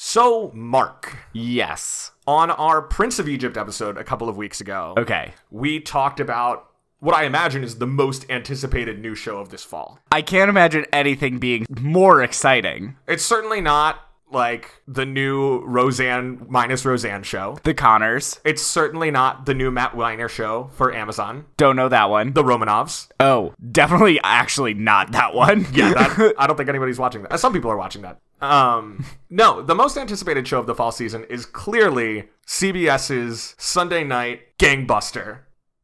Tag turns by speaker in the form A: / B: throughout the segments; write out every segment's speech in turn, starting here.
A: So, Mark,
B: Yes.
A: on our Prince of Egypt episode a couple of weeks ago,
B: Okay.
A: we talked about what I imagine is the most anticipated new show of this fall.
B: I can't imagine anything being more exciting.
A: It's certainly not like the new Roseanne minus Roseanne show.
B: The Connors.
A: It's certainly not the new Matt Weiner show for Amazon,
B: Don't know that one.
A: the Romanovs.
B: oh, definitely actually not that one.
A: Yeah, that, I don't think anybody's watching that. Some people are watching that. Um, no, the most anticipated show of the fall season is clearly CBS's Sunday night gangbuster.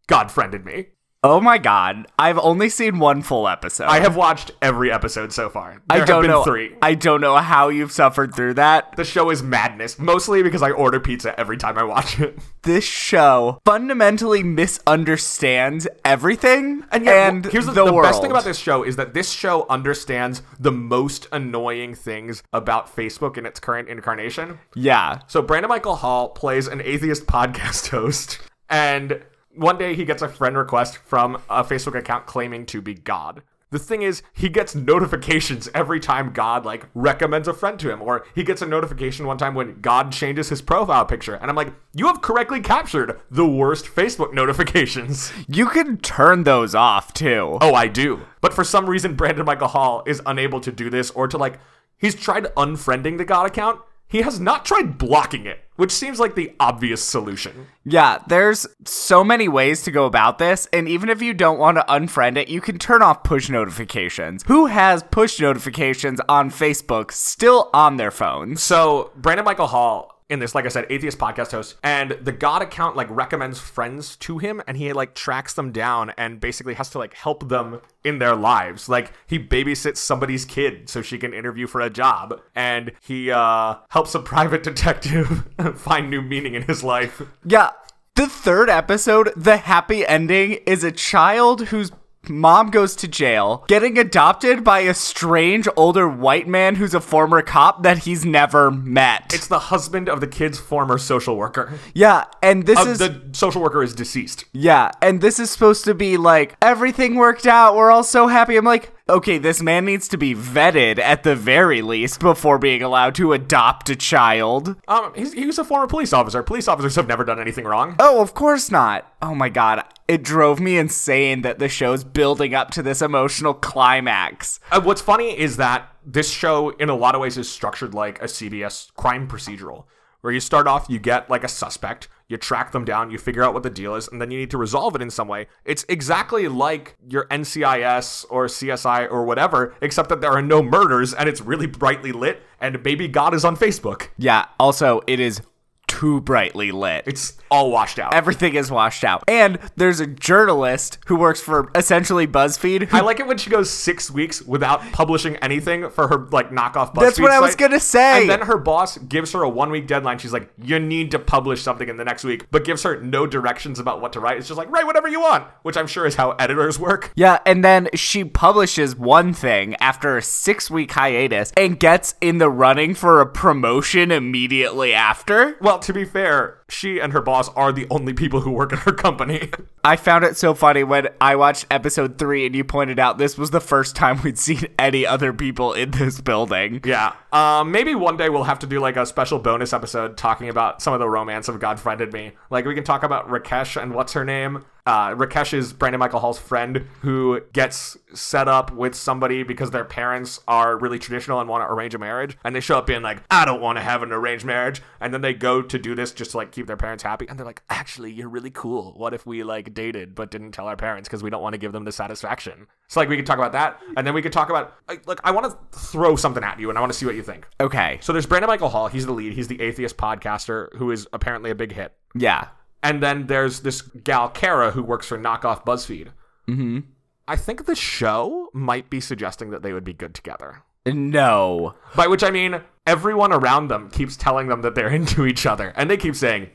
A: God friended me.
B: oh my god. I've only seen one full episode.
A: I have watched every episode so far. There
B: I don't
A: have been
B: know.
A: three.
B: I don't know how you've suffered through that.
A: The show is madness, mostly because I order pizza every time I watch it.
B: This show fundamentally misunderstands everything and,
A: yeah, well, here's the,
B: the, world.
A: best thing about this show is that this show understands the most annoying things about Facebook in its current incarnation.
B: Yeah.
A: So Brandon Michael Hall plays an atheist podcast host, and one day he gets a friend request from a Facebook account claiming to be God. The thing is, he gets notifications every time God like recommends a friend to him, or he gets a notification one time when God changes his profile picture. And I'm like, you have correctly captured the worst Facebook notifications.
B: You can turn those off too.
A: Oh, I do. But for some reason, Brandon Michael Hall is unable to do this or to like. He's tried unfriending the God account. He has not tried blocking it, which seems like the obvious solution.
B: Yeah, there's so many ways to go about this, and even if you don't want to unfriend it, you can turn off push notifications. Who has push notifications on Facebook still on their phones?
A: So Brandon Michael Hall in this, like I said, atheist podcast host, and the God account like recommends friends to him, and he like tracks them down and basically has to like help them in their lives. Like he babysits somebody's kid so she can interview for a job, and he uh, helps a private detective find new meaning in his life.
B: Yeah, the third episode, the happy ending, is a child whose mom goes to jail, getting adopted by a strange older white man who's a former cop that he's never met.
A: It's the husband of the kid's former social worker.
B: yeah, and this is.
A: The social worker is deceased.
B: Yeah, and this is supposed to be like everything worked out. We're all so happy. I'm like, okay, this man needs to be vetted at the very least before being allowed to adopt a child.
A: Um, he's, he was a former police officer. Police officers have never done anything wrong.
B: Oh, of course not. Oh my god, it drove me insane that the show's building up to this emotional climax.
A: Uh, what's funny is that this show, in a lot of ways, is structured like a CBS crime procedural, where you start off, you get like a suspect, you track them down, you figure out what the deal is, and then you need to resolve it in some way. It's exactly like your NCIS or CSI or whatever, except that there are no murders and it's really brightly lit, and maybe God is on Facebook.
B: Yeah, also, it is too brightly lit.
A: It's all washed out.
B: Everything is washed out. And there's a journalist who works for essentially BuzzFeed who
A: I like it when she goes six weeks without publishing anything for her like knockoff BuzzFeed.
B: That's what I was
A: site.
B: gonna say.
A: And then her boss gives her a one week deadline. She's like, "You need to publish something in the next week," but gives her no directions about what to write. It's just like, "Write whatever you want," which I'm sure is how editors work.
B: Yeah, and then she publishes one thing after a six week hiatus and gets in the running for a promotion immediately after.
A: Well, to be fair, she and her boss are the only people who work at her company.
B: I found it so funny when I watched episode three and you pointed out this was the first time we'd seen any other people in this building.
A: yeah. Um, maybe one day we'll have to do like a special bonus episode talking about some of the romance of God Friended Me. Like we can talk about Rakesh and what's her name. Uh, Rakesh is Brandon Michael Hall's friend who gets set up with somebody because their parents are really traditional and want to arrange a marriage. And they show up being like, I don't want to have an arranged marriage. And then they go to do this just to like keep their parents happy. And they're like, actually, you're really cool. What if we like dated but didn't tell our parents because we don't want to give them the satisfaction? So like we could talk about that. And then we could talk about, like, look, I want to throw something at you and I want to see what you think.
B: Okay.
A: So there's Brandon Michael Hall. He's the lead. He's the atheist podcaster who is apparently a big hit.
B: Yeah.
A: And then there's this gal Kara who works for knockoff BuzzFeed. Mm-hmm. I think the show might be suggesting that they would be good together.
B: No.
A: By which I mean everyone around them keeps telling them that they're into each other, and they keep saying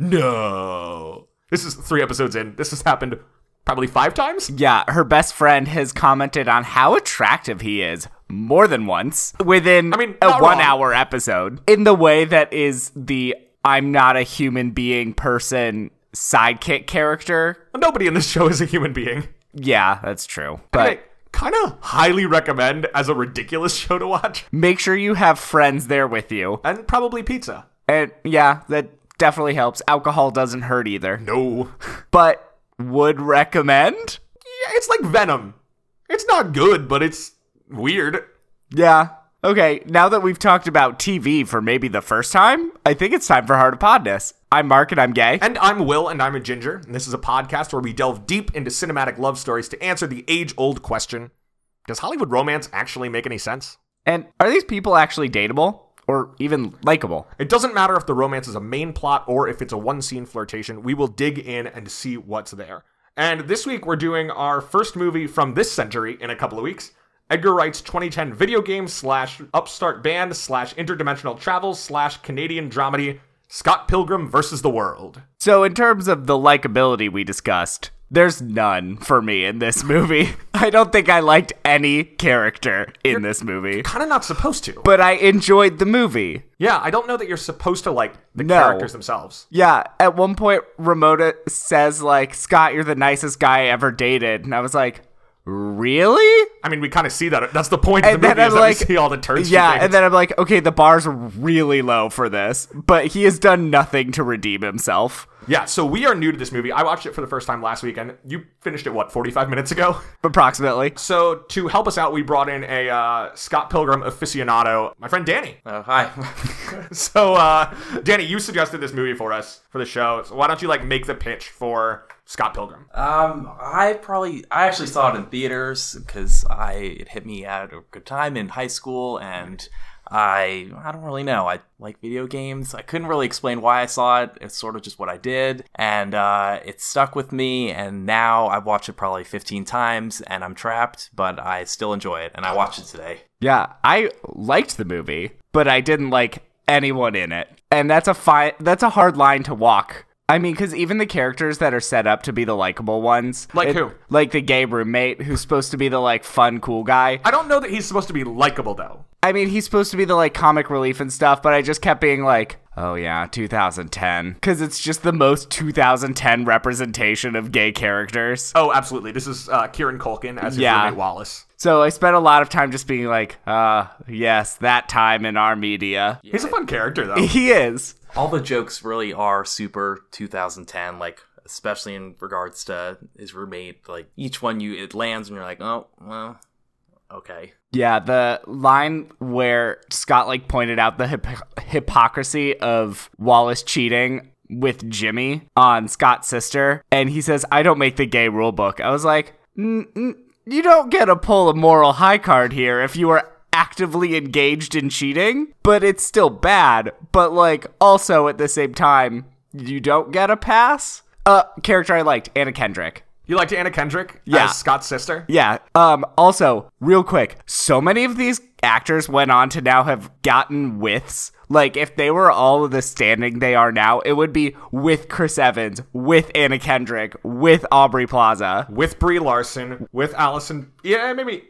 A: no. This is three episodes in. This has happened probably five times.
B: Yeah, her best friend has commented on how attractive he is more than once within
A: mean,
B: a
A: not wrong.
B: one hour episode in the way that is the I'm not a human being person sidekick character.
A: Nobody in this show is a human being.
B: Yeah, that's true. But
A: Anyway, kind of highly recommend as a ridiculous show to watch.
B: Make sure you have friends there with you.
A: And probably pizza.
B: And yeah, that definitely helps. Alcohol doesn't hurt either.
A: No.
B: But would recommend?
A: Yeah, it's like Venom. It's not good, but it's weird.
B: Yeah. Okay, now that we've talked about TV for maybe the first time, I think it's time for Heart of Podness. I'm Mark and I'm gay.
A: And I'm Will, and I'm a Ginger, and this is a podcast where we delve deep into cinematic love stories to answer the age old question Does Hollywood romance actually make any sense?
B: And are these people actually dateable or even likable?
A: It doesn't matter if the romance is a main plot or if it's a one scene flirtation, we will dig in and see what's there. And this week, we're doing our first movie from this century in a couple of weeks. Edgar Wright's 2010 video game slash upstart band slash interdimensional travel slash Canadian dramedy Scott Pilgrim versus the World.
B: So, in terms of the likability we discussed, there's none for me in this movie. I don't think I liked any character in this movie,
A: Kind of not supposed to.
B: but I enjoyed the movie.
A: yeah, I don't know that you're supposed to like the
B: No.
A: characters themselves.
B: Yeah, at one point, Ramona says, like, Scott, you're the nicest guy I ever dated. And I was like, really?
A: I mean, we kind of see that. That's the point of
B: And
A: the
B: then
A: movie. Is
B: I'm
A: that
B: like-
A: we see all the turns. she
B: Yeah,
A: takes.
B: and then I'm like, okay, the bar's really low for this, but he has done nothing to redeem himself.
A: yeah. So we are new to this movie. I watched it for the first time last week, and you finished it what 45 minutes ago.
B: Approximately.
A: So to help us out, we brought in a uh, Scott Pilgrim aficionado, my friend Danny.
C: Oh, hi.
A: So, uh, Danny, you suggested this movie for us for the show. So why don't you like make the pitch for Scott Pilgrim?
C: um, I probably I actually saw it in theaters because I it hit me at a good time in high school, and I I don't really know. I like video games. I couldn't really explain why I saw it. It's sort of just what I did, and uh, it stuck with me. And now I watch it probably 15 times, and I'm trapped, but I still enjoy it, and I watch it today.
B: Yeah, I liked the movie, but I didn't like anyone in it. And that's a fi- that's a hard line to walk. I mean, because even the characters that are set up to be the likable ones,
A: Like who?
B: Like the gay roommate who's supposed to be the like fun, cool guy.
A: I don't know that he's supposed to be likable though.
B: I mean, he's supposed to be the like comic relief and stuff, but I just kept being like, oh yeah, 2010. Because it's just the most 2010 representation of gay characters.
A: Oh, absolutely. This is uh, Kieran Culkin as his
B: Yeah.
A: roommate Wallace.
B: So I spent a lot of time just being like, uh, yes, that time in our media.
A: He's a fun character though.
B: He is.
C: all the jokes really are super 2010 like especially in regards to his roommate like each one you it lands and you're like oh well okay
B: Yeah, the line where Scott like pointed out the hip- hypocrisy of Wallace cheating with Jimmy on Scott's sister, and he says, "I don't make the gay rule book." I was like, "N- n- "You don't get to pull a moral high card here if you are actively engaged in cheating, but it's still bad. But like, also at the same time, you don't get a pass." Uh, character I liked, Anna Kendrick.
A: You liked Anna Kendrick
B: Yeah.
A: as Scott's sister?
B: Yeah. Um also, real quick, so many of these actors went on to now have gotten withs. Like if they were all of the standing they are now, it would be with Chris Evans, with Anna Kendrick, with Aubrey Plaza.
A: With Brie Larson, with Allison, yeah, maybe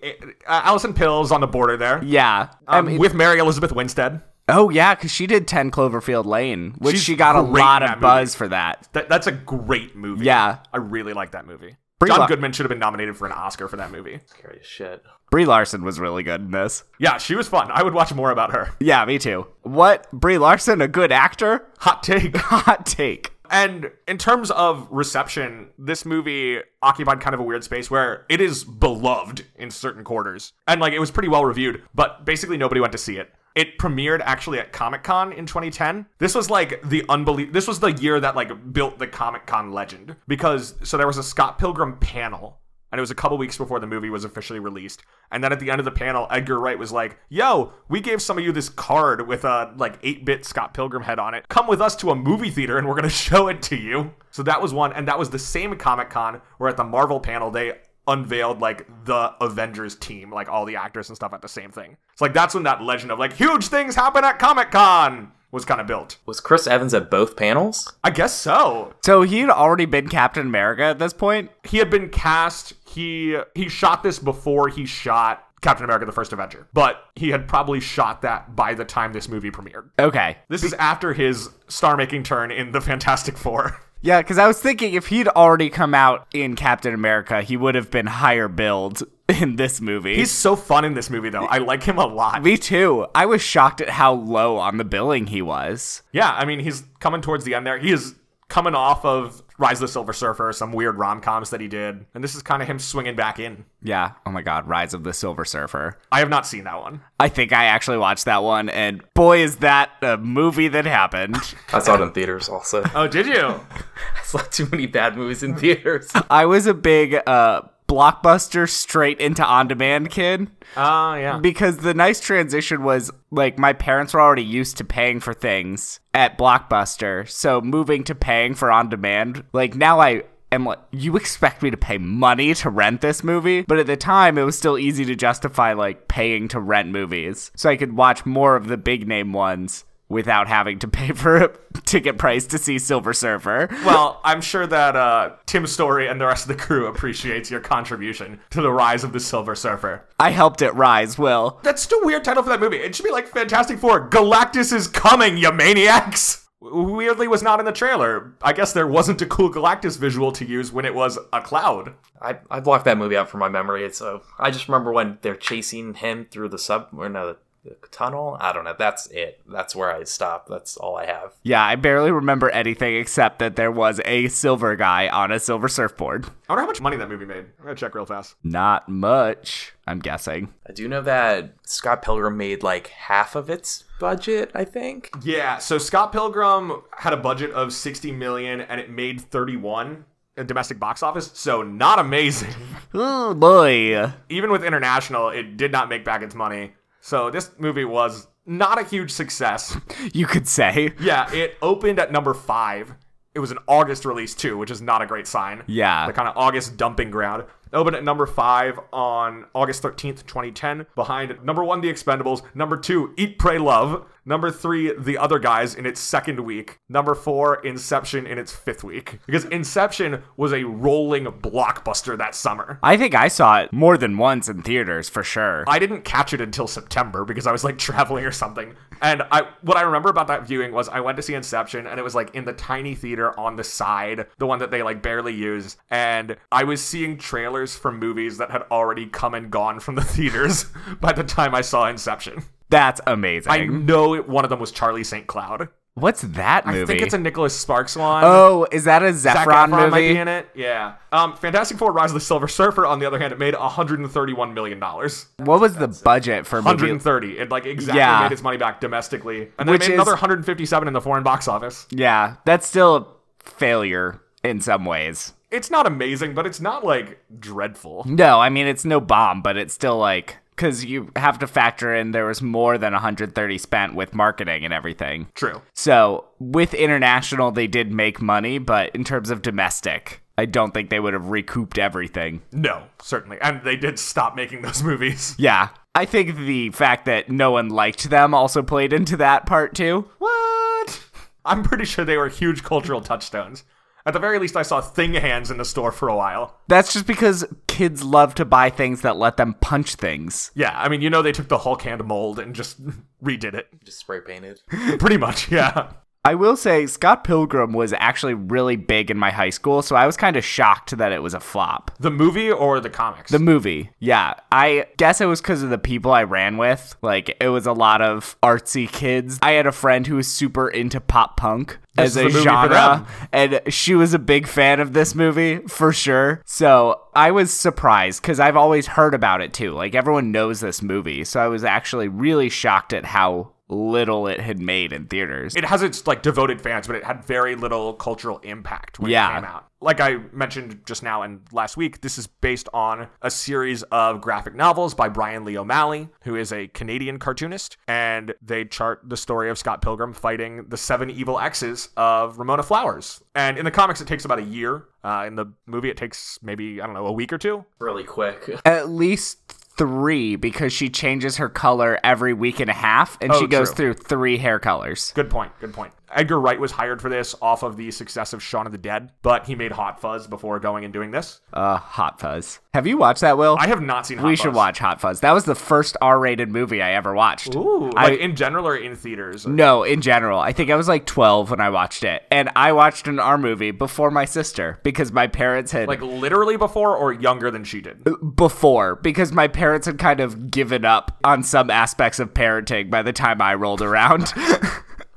A: uh, Allison Pill's on the border there.
B: Yeah. I
A: Um,
B: mean,
A: with Mary Elizabeth Winstead.
B: oh yeah, cuz she did 10 Cloverfield Lane, which
A: She's
B: she got a
A: great
B: lot
A: in that
B: of
A: movie.
B: buzz for that.
A: That, that's a great movie.
B: Yeah.
A: I really like that movie.
B: Brie
A: John
B: Lar-
A: Goodman should have been nominated for an Oscar for that movie.
C: scary as shit
B: Brie Larson was really good in this.
A: Yeah, she was fun. I would watch more about her.
B: Yeah, me too. What? Brie Larson a good actor?
A: Hot take.
B: Hot take.
A: And in terms of reception, this movie occupied kind of a weird space where it is beloved in certain quarters. And like it was pretty well reviewed, but basically nobody went to see it. It premiered actually at Comic Con in 2010. This was like the unbelievable. This was the year that like built the Comic Con legend because so there was a Scott Pilgrim panel and it was a couple weeks before the movie was officially released. And then at the end of the panel, Edgar Wright was like, "Yo, we gave some of you this card with a like 8-bit Scott Pilgrim head on it. Come with us to a movie theater and we're going to show it to you." So that was one, and that was the same Comic-Con where at the Marvel panel they unveiled like the Avengers team, like all the actors and stuff at the same thing. It's like that's when that legend of like huge things happen at Comic-Con was kind of built.
C: was chris evans at both panels
A: I guess so.
B: So he'd already been Captain America at this point.
A: he had been cast. He he shot this before he shot Captain America: The First Avenger, but he had probably shot that by the time this movie premiered.
B: Okay.
A: This is after his star-making turn in the Fantastic Four.
B: Yeah, because I was thinking if he'd already come out in Captain America, he would have been higher billed in this movie.
A: He's so fun in this movie, though. I like him a lot.
B: Me too. I was shocked at how low on the billing he was.
A: Yeah, I mean, he's coming towards the end there. He is coming off of Rise of the Silver Surfer, some weird rom coms that he did, and this is kind of him swinging back in.
B: Yeah. Oh my God. Rise of the Silver Surfer.
A: I have not seen that one.
B: I think I actually watched that one, and boy, is that a movie that happened.
C: I saw it in theaters also.
A: Oh, did you?
C: I saw too many bad movies in theaters.
B: I was a big uh, blockbuster straight into on demand kid.
A: Oh, yeah.
B: because the nice transition was like my parents were already used to paying for things at Blockbuster, so moving to paying for on demand, like now I am like, you expect me to pay money to rent this movie? But at the time, it was still easy to justify like paying to rent movies, so I could watch more of the big name ones without having to pay for a ticket price to see Silver Surfer.
A: Well, I'm sure that uh, Tim Story and the rest of the crew appreciates your contribution to the rise of the Silver Surfer.
B: I helped it rise, Will.
A: That's such a weird title for that movie. It should be like Fantastic Four Galactus is coming, you maniacs! W- Weirdly, was not in the trailer. I guess there wasn't a cool Galactus visual to use when it was a cloud.
C: I, I blocked that movie out from my memory, so I just remember when they're chasing him through the sub or no the, the tunnel. I don't know. That's it. That's where I stopped. That's all I have.
B: Yeah, I barely remember anything except that there was a silver guy on a silver surfboard.
A: I wonder how much money that movie made. I'm gonna check real fast.
B: Not much, I'm guessing.
C: I do know that Scott Pilgrim made like half of its budget. I think.
A: Yeah, so Scott Pilgrim had a budget of 60 million and it made 31 in domestic box office, so not amazing.
B: Oh boy.
A: Even with international, it did not make back its money. So this movie was not a huge success.
B: You could say.
A: Yeah, it opened at number 5. It was an August release too, which is not a great sign.
B: Yeah.
A: The kind of August dumping ground. It opened at number 5 on August 13th, 2010, behind number 1 The Expendables, number 2 Eat Pray Love, number 3 The Other Guys in its second week, number 4 Inception in its fifth week. Because Inception was a rolling blockbuster that summer.
B: I think I saw it more than once in theaters for sure.
A: I didn't catch it until September because I was like traveling or something. And I what I remember about that viewing was I went to see Inception and it was like in the tiny theater on the side, the one that they like barely use, and I was seeing trailers for movies that had already come and gone from the theaters by the time I saw Inception.
B: That's
A: I
B: amazing.
A: know it, one of them was Charlie St. Cloud.
B: What's that movie?
A: I think it's a Nicholas Sparks one.
B: oh, is that a
A: Zac Efron
B: Zephron
A: might be
B: movie?
A: in it. Yeah. Um, Fantastic Four: Rise of the Silver Surfer. On the other hand, it made 131 million dollars.
B: What was the budget for movie?
A: 130. It like exactly
B: Yeah.
A: made its money back domestically, and then
B: Which
A: it made
B: is-
A: another 157 in the foreign box office.
B: Yeah, that's still a failure in some ways.
A: It's not amazing, but it's not like dreadful.
B: No, I mean it's no bomb, but it's still like because you have to factor in there was more than 130 spent with marketing and everything.
A: True.
B: So with international, they did make money, but in terms of domestic, I don't think they would have recouped everything.
A: No, certainly, and they did stop making those movies.
B: Yeah, I think the fact that no one liked them also played into that part too.
A: What? I'm pretty sure they were huge cultural touchstones. At the very least, I saw Thing Hands in the store for a while.
B: That's just because kids love to buy things that let them punch things.
A: Yeah, I mean, you know, they took the Hulk hand mold and just redid it.
C: Just spray painted.
A: Pretty much, yeah.
B: I will say Scott Pilgrim was actually really big in my high school, so I was kind of shocked that it was a flop.
A: The movie or the comics?
B: The movie. Yeah. I guess it was because of the people I ran with. Like, it was a lot of artsy kids. I had a friend who was super into pop punk
A: This is
B: as
A: the
B: a
A: movie for them.
B: genre, and she was a big fan of this movie for sure. So I was surprised because I've always heard about it too. Like, everyone knows this movie. So I was actually really shocked at how little it had made in theaters.
A: it has its like devoted fans, but it had very little cultural impact when
B: Yeah.
A: it came out. Like I mentioned just now and last week, this is based on a series of graphic novels by Brian Lee O'Malley, who is a Canadian cartoonist, and they chart the story of Scott Pilgrim fighting the seven evil exes of Ramona Flowers. And in the comics, it takes about a year. Uh, in the movie, it takes maybe I don't know a week or two.
C: Really quick.
B: At least three because she changes her color every week and a half, and
A: Oh,
B: she goes
A: true.
B: through three hair colors.
A: Good point. Good point. Edgar Wright was hired for this off of the success of Shaun of the Dead, but he made Hot Fuzz before going and doing this.
B: Uh, Hot Fuzz. Have you watched that, Will?
A: I have not seen. Hot
B: we
A: Fuzz.
B: should watch Hot Fuzz. That was the first R-rated movie I ever watched.
A: Ooh,
B: I-
A: like in general or in theaters.
B: No, in general. I think I was like 12 when I watched it. And I watched an R movie before my sister because my parents had
A: Like literally before or younger than she
B: Uh,
A: did.
B: before because my parents had kind of given up on some aspects of parenting by the time I rolled around.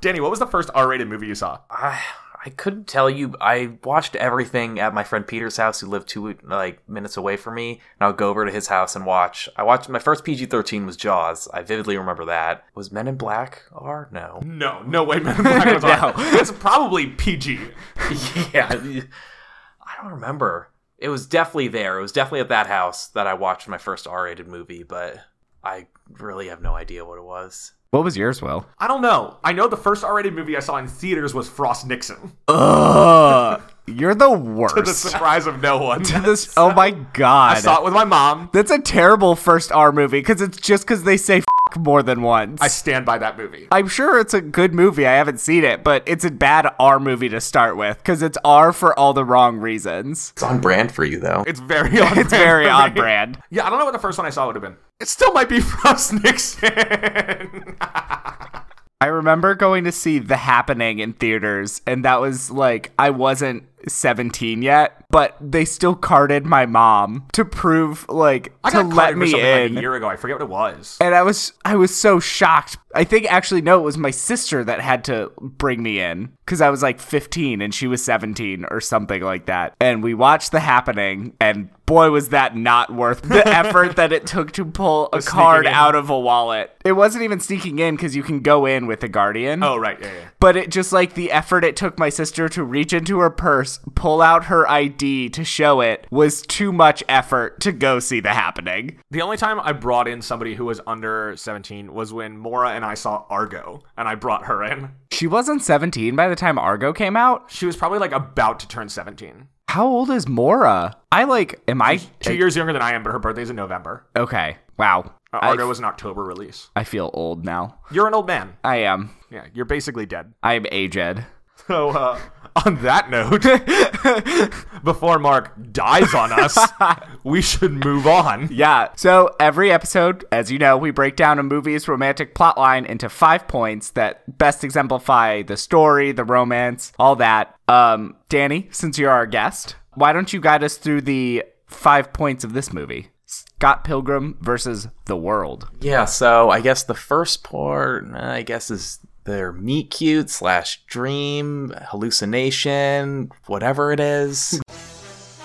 A: Danny, what was the first R-rated movie you saw?
C: I I couldn't tell you. I watched everything at my friend Peter's house, who lived two like minutes away from me, and I would go over to his house and watch. I watched my first PG thirteen was Jaws. I vividly remember that. Was Men in Black R? No.
A: No, no way, Men in Black was R.
B: No.
A: It's probably PG.
C: yeah, I don't remember. It was definitely there. It was definitely at that house that I watched my first R rated movie, but I really have no idea what it was.
B: what was yours, Will?
A: I don't know. I know the first R-rated movie I saw in theaters was Frost Nixon.
B: Ugh, you're the
A: To the
B: worst.
A: surprise of no one.
B: This, oh my
A: I saw
B: god.
A: it with my mom.
B: That's a terrible first R movie because it's just because they say f- more than once.
A: I stand by that movie.
B: I'm sure it's a good movie. I haven't seen it, but it's a bad R movie to start with because it's R for all the wrong reasons.
C: It's on brand for you, though.
A: It's very on brand
B: It's very
A: for
B: on
A: me.
B: brand.
A: Yeah, I don't know what the first one I saw would have been. It still might be Frost Nixon.
B: I remember going to see The Happening in theaters, and that was like, I wasn't 17 yet, but they still carded my mom to prove, like,
A: I
B: to
A: got
B: let
A: carded for
B: me
A: something
B: in.
A: like a year ago. I forget what it was.
B: and I was I was so shocked. I think actually no, it was my sister that had to bring me in cuz I was like 15 and she was 17 or something like that. And we watched The Happening and boy was that not worth the effort that it took to pull a card
A: in.
B: out of a wallet. It wasn't even sneaking in cuz you can go in with a guardian.
A: Oh right, yeah, yeah.
B: But it just like the effort it took my sister to reach into her purse, pull out her ID to show it was too much effort to go see The Happening.
A: The only time I brought in somebody who was under 17 was when Mora and I saw Argo, and I brought her in.
B: She wasn't 17 by the time Argo came out.
A: She was probably like about to turn 17.
B: How old is Mora? I like, am I?
A: Two years younger than I am, but her birthday's in November.
B: Okay. Wow.
A: Uh,
B: I,
A: Argo was an October release.
B: I feel old now.
A: You're an old man.
B: I am.
A: Yeah, you're basically dead.
B: I am aged.
A: So, uh, on that note, before Mark dies on us, we should move on.
B: Yeah. So every episode, as you know, we break down a movie's romantic plotline into five points that best exemplify the story, the romance, all that. Um, Danny, since you're our guest, why don't you guide us through the five points of this movie? Scott Pilgrim versus the world.
C: Yeah, so I guess the first part, uh, I guess, is their meet cute slash dream, hallucination, whatever it is.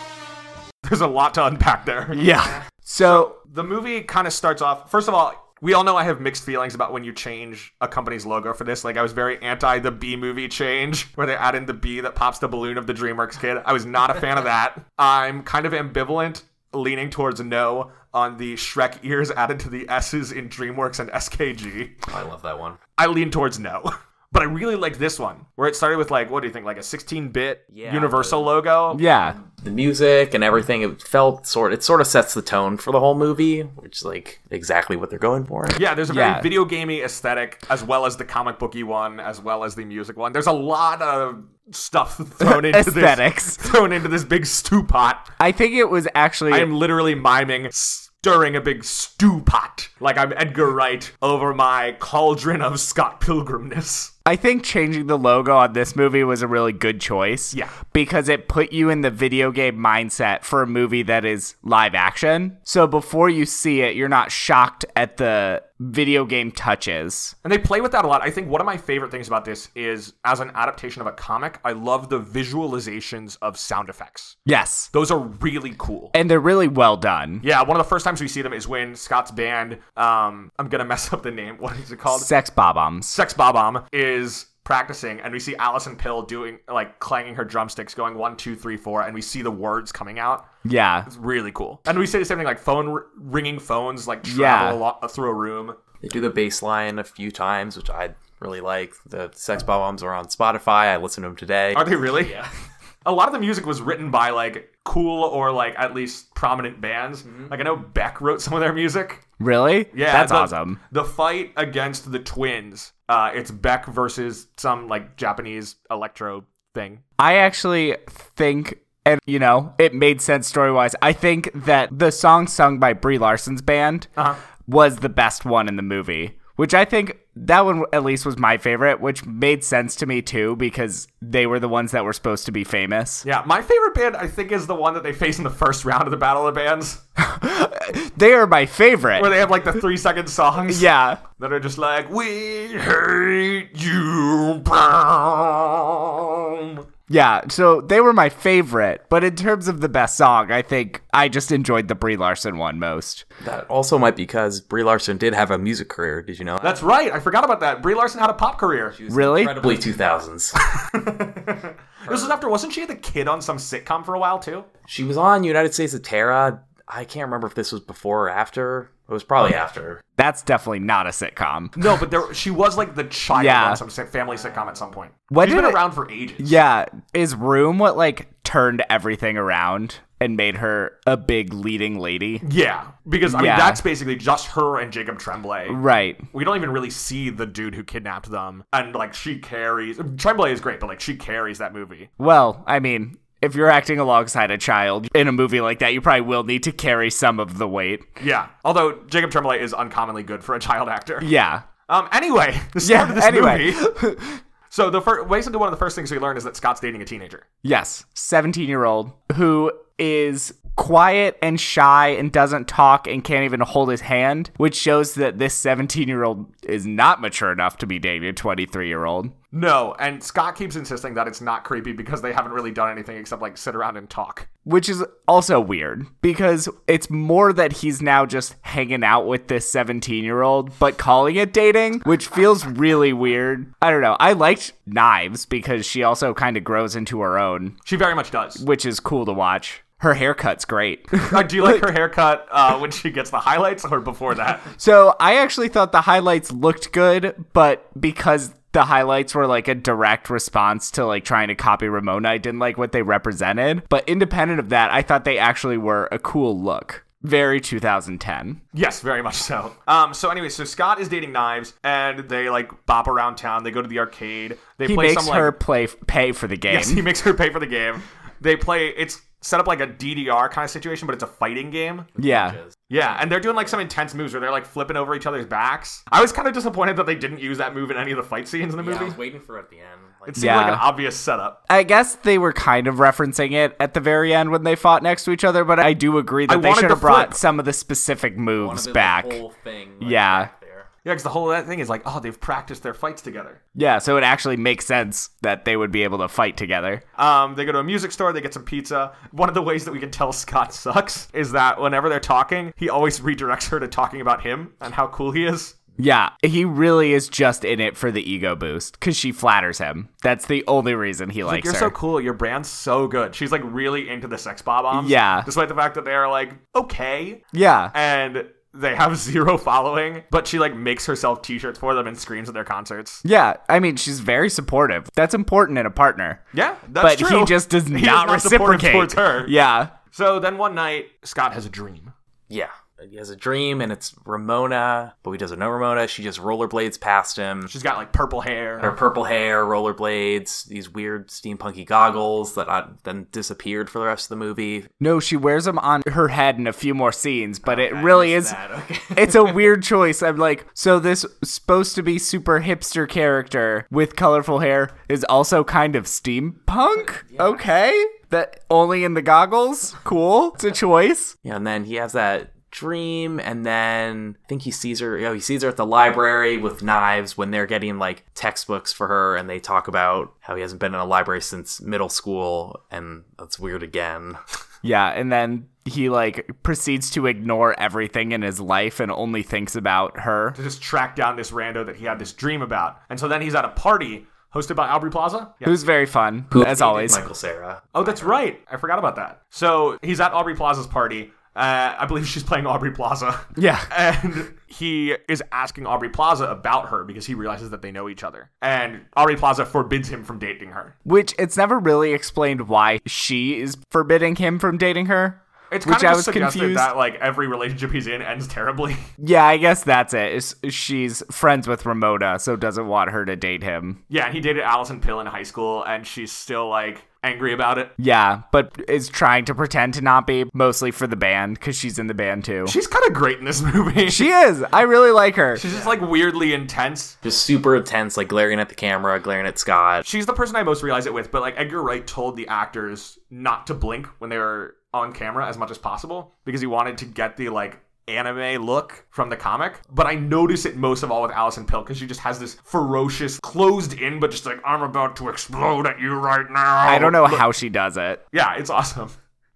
A: There's a lot to unpack there.
B: Yeah. So
A: the movie kind of starts off first of all we all know i have mixed feelings about when you change a company's logo for this like i was very anti the b movie change where they add in the b that pops the balloon of the dreamworks kid i was not a fan of that i'm kind of ambivalent leaning towards no on the shrek ears added to the s's in dreamworks and skg
C: Oh, I love that one.
A: i lean towards no but i really like this one where it started with like what do you think like a 16-bit
C: Yeah,
A: universal logo
B: Yeah.
C: The music and everything, it felt sort it sort of sets the tone for the whole movie, which is like exactly what they're going for.
A: Yeah, there's a
B: Yeah.
A: very video gamey aesthetic, as well as the comic booky one, as well as the music one. There's a lot of stuff thrown into
B: Aesthetics.
A: this thrown into this big stew pot.
B: I think it was actually
A: I am literally miming stirring a big stew pot, like I'm Edgar Wright over my cauldron of Scott Pilgrimness.
B: I think changing the logo on this movie was a really good choice.
A: Yeah.
B: Because it put you in the video game mindset for a movie that is live action. So before you see it, you're not shocked at the video game touches.
A: And they play with that a lot. I think one of my favorite things about this is, as an adaptation of a comic, I love the visualizations of sound effects.
B: Yes.
A: Those are really cool.
B: And they're really well done.
A: Yeah, one of the first times we see them is when Scott's band, um, I'm gonna mess up the name. What is it called?
B: Sex bob-ombs.
A: Sex Bob Bomb is practicing, and we see Allison Pill doing like clanging her drumsticks, going one, two, three, four, and we see the words coming out.
B: Yeah.
A: It's really cool. And we say the same thing like phone r- ringing phones, like
B: Yeah.
A: travel alo- through a room.
C: They do the bass line a few times, which I really like. The Sex Bombs are on Spotify. I listened to them today.
A: Are they really? Yeah. a lot of the music was written by like cool or like at least prominent bands. Like I know Beck wrote some of their music.
B: Really?
A: Yeah,
B: That's
A: the-
B: awesome.
A: The fight against the twins. Uh, it's Beck versus some like Japanese electro thing.
B: I actually think, and you know, it made sense story wise. I think that the song sung by Brie Larson's band
A: Uh-huh.
B: was the best one in the movie, which I think that one at least was my favorite, which made sense to me too because they were the ones that were supposed to be famous.
A: Yeah, my favorite band I think is the one that they face in the first round of the Battle of the Bands,
B: They are my favorite.
A: where they have like the three second songs
B: yeah.
A: that are just like "We hate you." brown."
B: Yeah, so they were my favorite, but in terms of the best song, I think I just enjoyed the Brie Larson one most.
C: That also might be because Brie Larson did have a music career. Did you know?
A: That's right. I forgot about that. Brie Larson had a pop career.
B: Really?
C: incredibly 2000s.
A: This was after, wasn't she the kid on some sitcom for a while too?
C: she was on United States of Terra. I can't remember if this was before or after. It was probably after.
B: That's definitely not a sitcom.
A: No, but there she was like the child
B: Yeah.
A: on some si- family sitcom at some point.
B: When
A: She's
B: did
A: been
B: it-
A: around for ages.
B: Yeah, is Room what like turned everything around and made her a big leading lady?
A: Yeah, because I
B: Yeah.
A: mean that's basically just her and Jacob Tremblay.
B: Right.
A: We don't even really see the dude who kidnapped them, and like she carries. Tremblay is great, but like she carries that movie.
B: Well, I mean, if you're acting alongside a child in a movie like that, you probably will need to carry some of the weight.
A: Yeah, although Jacob Tremblay is uncommonly good for a child actor.
B: Yeah.
A: Um. Anyway, the start
B: Yeah,
A: of this
B: anyway.
A: movie. So the first, basically one of the first things we learn is that Scott's dating a teenager.
B: Yes, 17 year old who is quiet and shy and doesn't talk and can't even hold his hand, which shows that this 17 year old is not mature enough to be dating a 23 year old.
A: No, and Scott keeps insisting that it's not creepy because they haven't really done anything except like sit around and talk.
B: Which is also weird because it's more that he's now just hanging out with this 17 year old, but calling it dating, which feels really weird. I don't know. I liked Knives because she also kind of grows into her own,
A: She very much does.
B: which is cool to watch. Her haircut's great.
A: Uh, do you like her haircut uh, when she gets the highlights or before that?
B: So I actually thought the highlights looked good, but because the highlights were like a direct response to like trying to copy Ramona, I didn't like what they represented. But independent of that, I thought they actually were a cool look. Very 2010.
A: Yes, very much so. Um, so anyway, so Scott is dating Knives, and they like bop around town. They go to the arcade. They
B: He
A: play
B: makes
A: some
B: her
A: like
B: play pay for the game.
A: yes, he makes her pay for the game. They play. It's set up like a DDR kind of situation, but it's a fighting game.
B: yeah.
A: Yeah, and they're doing like some intense moves where they're like flipping over each other's backs. I was kind of disappointed that they didn't use that move in any of the fight scenes in the movie.
C: waiting for it at the end. Like,
A: It seemed like
B: Yeah.
A: an obvious setup.
B: I guess they were kind of referencing it at the very end when they fought next to each other, but I do agree that
A: I
B: they
A: wanted
B: should
A: to
B: have brought
A: flip.
B: some of the specific moves back.
C: thing.
B: Yeah. back
A: Yeah, because the whole that thing is like, oh, they've practiced their fights together.
B: yeah, so it actually makes sense that they would be able to fight together.
A: Um, they go to a music store, they get some pizza. One of the ways that we can tell Scott sucks is that whenever they're talking, he always redirects her to talking about him and how cool he is.
B: Yeah, he really is just in it for the ego boost because she flatters him. That's the only reason he
A: Like,
B: likes
A: you're
B: her.
A: so cool, your brand's so good. She's like really into the sex bob bombs.
B: Yeah.
A: Despite the fact that they are like, okay.
B: yeah,
A: And they have zero following, but she like makes herself t shirts for them and screams at their concerts.
B: yeah. I mean, she's very supportive. That's important in a partner.
A: Yeah, that's
B: but
A: true.
B: he just does
A: He is
B: not,
A: supportive
B: reciprocate
A: towards her.
B: Yeah,
A: So then one night, Scott has a dream.
C: Yeah. He has a dream, and it's Ramona, but he doesn't know Ramona. She just rollerblades past him.
A: She's got like purple
C: Her
A: hair.
C: purple hair, rollerblades, these weird steampunky goggles that uh then disappeared for the rest of the movie.
B: no, she wears them on her head in a few more scenes, but it really is.
C: That, okay.
B: it's a weird choice. I'm like, so this supposed to be super hipster character with colorful hair is also kind of steampunk? Okay. That only in the goggles? Cool. It's a choice.
C: Yeah, and then he has that dream, and then I think he sees her. You know, he sees her at the library with knives when they're getting like textbooks for her, and they talk about how he hasn't been in a library since middle school, and that's weird again.
B: Yeah, and then he like proceeds to ignore everything in his life and only thinks about her.
A: to just track down this rando that he had this dream about. And so then he's at a party hosted by Aubrey Plaza. Yeah.
B: Who's very fun, as always.
C: Michael Sarah.
A: Oh, that's right. I forgot about that. So he's at Aubrey Plaza's party. Uh, I believe she's playing Aubrey Plaza.
B: Yeah.
A: And he is asking Aubrey Plaza about her because he realizes that they know each other. And Aubrey Plaza forbids him from dating her.
B: Which it's never really explained why she is forbidding him from dating her.
A: It's kind of
B: which
A: just
B: I was
A: suggested
B: confused.
A: that like every relationship he's in ends terribly.
B: Yeah, I guess that's it. It's- she's friends with Ramona, so doesn't want her to date him.
A: yeah, and he dated Allison Pill in high school and she's still like angry about it.
B: Yeah, but is trying to pretend to not be, mostly for the band, because she's in the band too.
A: She's kind of great in this movie.
B: She is. I really like her.
A: She's just like weirdly intense.
C: Just super intense, like glaring at the camera, glaring at Scott.
A: She's the person I most realize it with, but like Edgar Wright told the actors not to blink when they were on camera as much as possible because he wanted to get the like anime look from the comic. But I notice it most of all with Allison Pill because she just has this ferocious, closed in, but just like, I'm about to explode at you right now.
B: I don't know how she does it.
A: Yeah, it's awesome.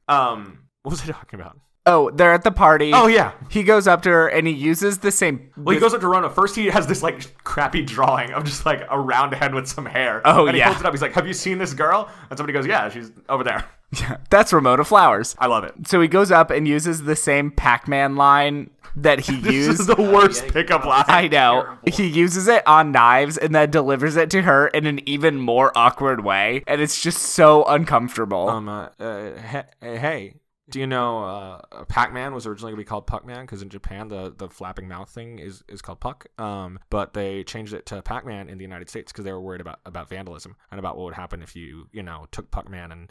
A: Um, what was I talking about?
B: Oh, they're at the party.
A: Oh, yeah.
B: He goes up to her and he uses the same.
A: Well, he goes up to Rona. First, he has this like crappy drawing of just like a round head with some hair.
B: Oh,
A: and he
B: yeah.
A: holds it up. He's like, "Have you seen this girl?" And somebody goes, "Yeah, she's over there."
B: That's Ramona Flowers.
A: I love it.
B: So he goes up and uses the same Pac Man line that he
A: This
B: used.
A: is the worst pickup line.
B: I know. He uses it on knives and then delivers it to her in an even more awkward way. And it's just so uncomfortable.
A: um, uh, uh, he- hey, do you know uh, Pac-Man was originally going to be called Puck-Man because in Japan the, the flapping mouth thing is, is called Puck. Um, but they changed it to Pac-Man in the United States because they were worried about, about vandalism and about what would happen if you you know took Puck-Man and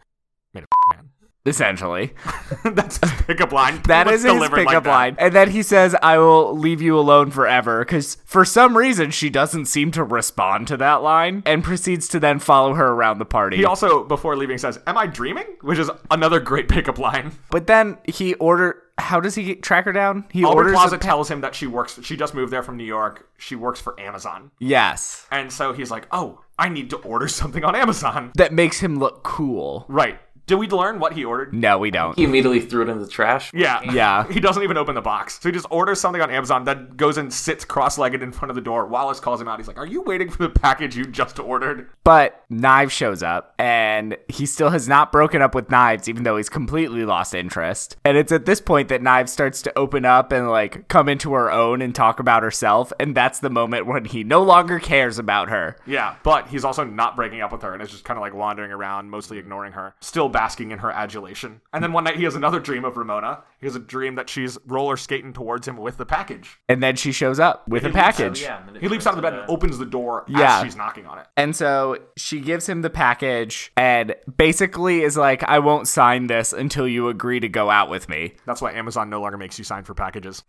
A: made a man.
B: essentially.
A: That's his pickup line.
B: That
A: It's
B: is his
A: delivered like
B: pickup
A: that.
B: line. And then he says, I will leave you alone forever. Because for some reason, she doesn't seem to respond to that line and proceeds to then follow her around the party.
A: He also, before leaving, says, Am I dreaming? Which is another great pickup line.
B: but then he order. How does he get, track her down? He
A: Albert
B: orders.
A: Plaza
B: a-
A: tells him that she works, she just moved there from New York. She works for Amazon.
B: yes.
A: And so he's like, Oh, I need to order something on Amazon.
B: That makes him look cool.
A: Right. Did we learn what he ordered?
B: No, we don't.
C: He immediately threw it in the trash.
A: Yeah.
B: Yeah.
A: He doesn't even open the box. So he just orders something on Amazon that goes and sits cross legged in front of the door. Wallace calls him out. He's like, Are you waiting for the package you just ordered?
B: But Knives shows up, and he still has not broken up with Knives, even though he's completely lost interest. And it's at this point that Knives starts to open up and, like, come into her own and talk about herself. And that's the moment when he no longer cares about her.
A: Yeah. But he's also not breaking up with her and is just kind of like wandering around, mostly ignoring her, still basking in her adulation. And then one night he has another dream of Ramona. He has a dream that she's roller skating towards him with the package.
B: And then she shows up with a package.
A: He leaps out of the bed and opens the door
B: Yeah.
A: as she's knocking on it.
B: And so she gives him the package and basically is like, I won't sign this until you agree to go out with me.
A: That's why Amazon no longer makes you sign for packages.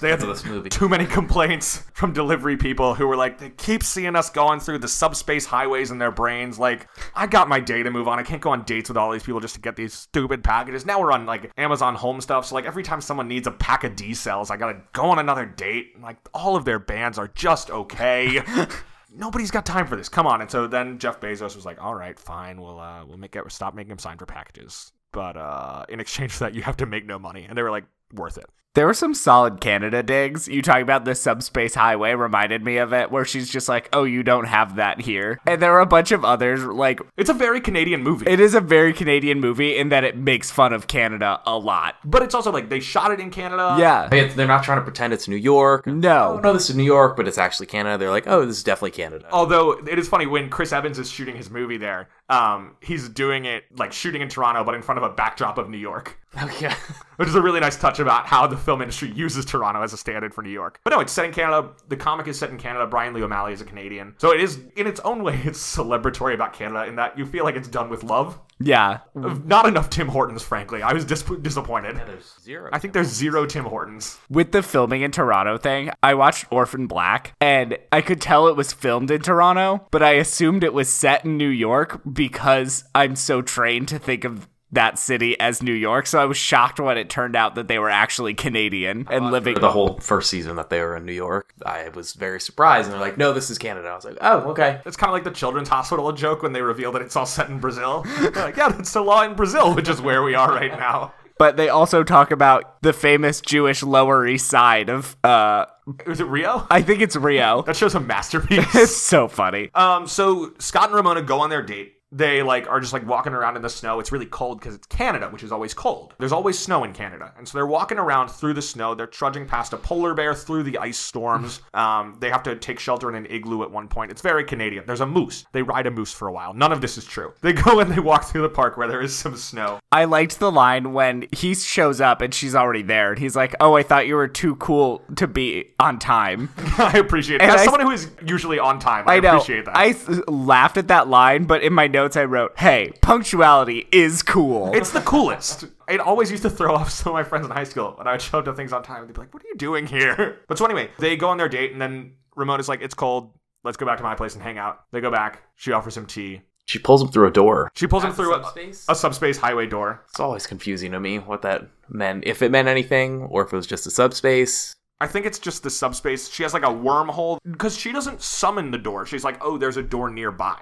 A: they had
C: this movie.
A: too many complaints from delivery people who were like, they keep seeing us going through the subspace highways in their brains. Like, I got my day to move on. I can't go on dates with all these people just to get these stupid packages. Now we're on like Amazon Home Stuff. So, like, every time someone needs a pack of D cells, I gotta go on another date. And, Like, all of their bands are just okay. Nobody's got time for this. Come on. And so then Jeff Bezos was like, all right, fine. We'll, uh, we'll make it, stop making them sign for packages. But uh, in exchange for that, you have to make no money. And they were like, worth it.
B: There were some solid Canada digs. You talking about the subspace highway reminded me of it, where she's just like, "Oh, you don't have that here." And there are a bunch of others. Like,
A: It's a very Canadian movie.
B: it is a very Canadian movie in that it makes fun of Canada a lot.
A: But it's also like they shot it in Canada.
B: Yeah,
C: Like, it's- they're not trying to pretend it's New York.
B: no,
C: Oh no, this is New York, but it's actually Canada. They're like, oh, this is definitely Canada.
A: Although it is funny when Chris Evans is shooting his movie there, um, he's doing it like shooting in Toronto, but in front of a backdrop of New York,
C: Oh yeah.
A: which is a really nice touch about how the film industry uses Toronto as a standard for New York. But no, it's set in Canada. The comic is set in Canada. Brian Lee O'Malley is a Canadian, so it is in its own way it's celebratory about Canada in that you feel like it's done with love.
B: yeah.
A: Not enough Tim Hortons, frankly. I was dis- disappointed.
C: There's zero.
A: I think there's zero Tim Hortons.
B: With the filming in Toronto thing, I watched Orphan Black, and I could tell it was filmed in Toronto, but I assumed it was set in New York because I'm so trained to think of. That city as New York, so I was shocked when it turned out that they were actually Canadian and living
C: Uh, the whole first season that they were in New York. I was very surprised, and they're like, no, this is Canada. I was like, oh, okay.
A: It's kind of like the children's hospital joke when they reveal that it's all set in Brazil. They're like, yeah, that's the law in Brazil, which is where we are right now.
B: but they also talk about the famous Jewish Lower East Side of uh,
A: Was it Rio?
B: I think it's Rio.
A: that show's a masterpiece.
B: It's so funny.
A: um, so Scott and Ramona go on their date. They like are just like walking around in the snow. It's really cold because it's Canada, which is always cold. There's always snow in Canada, and so they're walking around through the snow. They're trudging past a polar bear through the ice storms. um, they have to take shelter in an igloo at one point. It's very Canadian. There's a moose. They ride a moose for a while. None of this is true. They go and they walk through the park where there is some snow.
B: I liked the line when he shows up and she's already there, and he's like, "Oh, I thought you were too cool to be on time."
A: I appreciate it.
B: And
A: As
B: I-
A: someone who is usually on time, I,
B: I know.
A: appreciate that.
B: I s- laughed at that line, but in my notes I wrote, "Hey, punctuality is cool."
A: It's the coolest. It always used to throw off some of my friends in high school when I would show up to things on time. They'd be like, "What are you doing here?" But so anyway, they go on their date, and then Ramona's like, "It's cold. Let's go back to my place and hang out." They go back. She offers him tea.
D: She pulls him through a door.
A: She pulls him through a
C: subspace?
A: a subspace highway door.
D: It's always confusing to me what that.
C: meant if it meant anything or if it was just a subspace.
A: I think it's just the subspace. She has like a wormhole because she doesn't summon the door. She's like, "Oh, there's a door nearby."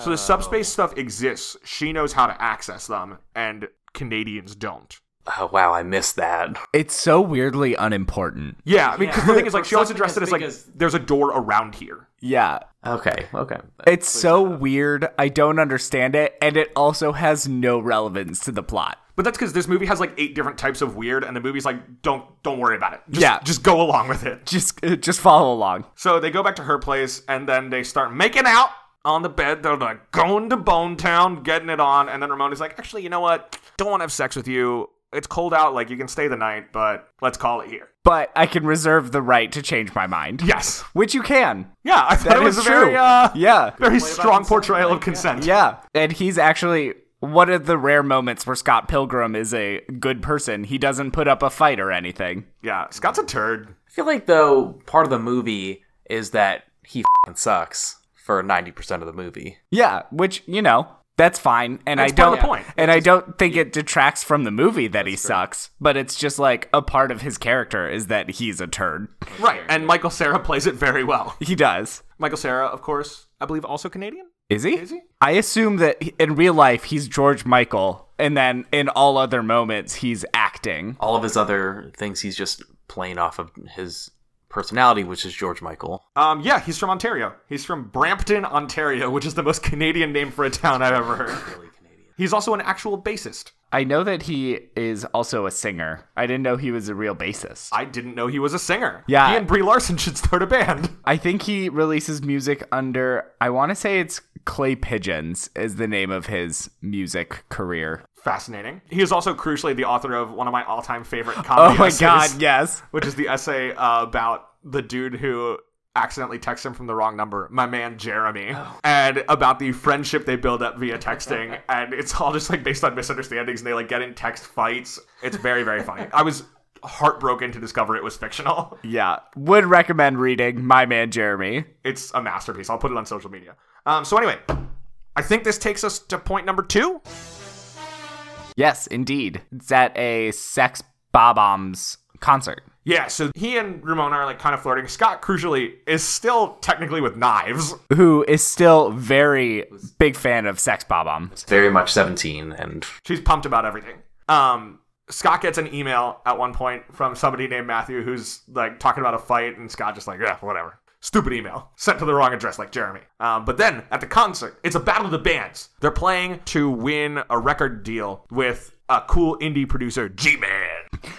A: So the subspace stuff exists. She knows how to access them, and Canadians don't.
D: Oh wow, I missed that.
B: It's so weirdly unimportant.
A: Yeah, I mean, 'cause the thing is, like,
C: For
A: she always
C: something
A: addressed it
C: as
A: as like,
C: big as-
A: "There's a door around here."
B: Yeah.
D: Okay, okay.
B: It's so weird. I don't understand it, and it also has no relevance to the plot.
A: But that's because this movie has like eight different types of weird, and the movie's like, don't don't worry about it. Just,
B: Yeah.
A: just go along with it.
B: Just uh, just follow along.
A: So they go back to her place, and then they start making out on the bed. They're like going to Bone Town, getting it on, and then Ramona's like, actually, you know what? Don't want to have sex with you. It's cold out. Like you can stay the night, but let's call it here.
B: But I can reserve the right to change my mind.
A: Yes.
B: Which you can.
A: Yeah, I thought
B: That
A: it was
B: is
A: a
B: true.
A: very uh,
B: yeah.
A: very strong portrayal of consent.
B: Yeah. And he's actually one of the rare moments where Scott Pilgrim is a good person. He doesn't put up a fight or anything.
A: yeah. Scott's a turd.
C: I feel like though part of the movie is that he fing sucks for ninety percent of the movie.
B: Yeah, which, you know, that's fine. And I
A: That's part
B: don't
A: of the point.
B: and I don't think it detracts from the movie that he sucks, but it's just like a part of his character is that he's a turd.
A: Right. And Michael Sarah plays it very well.
B: He does.
A: Michael Sarah, of course, I believe also Canadian.
B: Is he?
A: Is he?
B: I assume that he- in real life he's George Michael, and then in all other moments he's acting.
C: All of his other things he's just playing off of his personality, which is George Michael.
A: Um, yeah, he's from Ontario. He's from Brampton, Ontario, which is the most Canadian name for a town I've ever heard. He's also an actual bassist.
B: I know that he is also a singer. I didn't know he was a real bassist.
A: I didn't know he was a singer.
B: Yeah.
A: He and Brie Larson should start a band.
B: I think he releases music under I want to say it's Clay Pigeons is the name of his music career.
A: Fascinating. He is also crucially the author of one of my all time favorite
B: Oh
A: comedy
B: my
A: essays,
B: god, yes.
A: which is the essay uh, about the dude who accidentally texts him from the wrong number, my man Jeremy, and about the friendship they build up via texting. and it's all just like based on misunderstandings and they like get in text fights. It's very, very funny. I was heartbroken to discover it was fictional.
B: Yeah, would recommend reading My Man Jeremy.
A: It's a masterpiece. I'll put it on social media. Um, so, anyway, I think this takes us to point number two.
B: Yes, indeed. It's at a Sex Bob-Ombs concert.
A: Yeah, so he and Ramona are like kind of flirting. Scott, crucially, is still technically with knives.
B: who is still very big fan of Sex Bob-omb.
D: It's very much seventeen, and
A: She's pumped about everything. Um, Scott gets an email at one point from somebody named Matthew who's like talking about a fight, and Scott just like, yeah, whatever. Stupid email sent to the wrong address, like Jeremy. Um, but then at the concert, it's a battle of the bands. They're playing to win a record deal with a cool indie producer, G Man.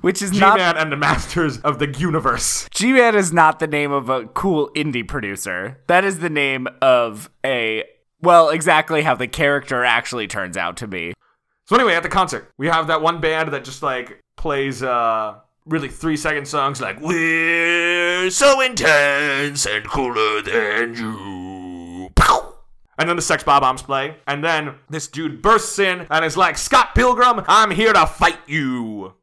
B: Which is
A: G
B: not
A: Man and the Masters of the Universe.
B: G-Man is not the name of a cool indie producer. That is the name of a well, exactly how the character actually turns out to be.
A: So anyway, at the concert, we have that one band that just like plays uh really three second songs like We're so intense and cooler than you. Pow! And then the sex bob bombs play, and then this dude bursts in and is like, Scott Pilgrim, I'm here to fight you.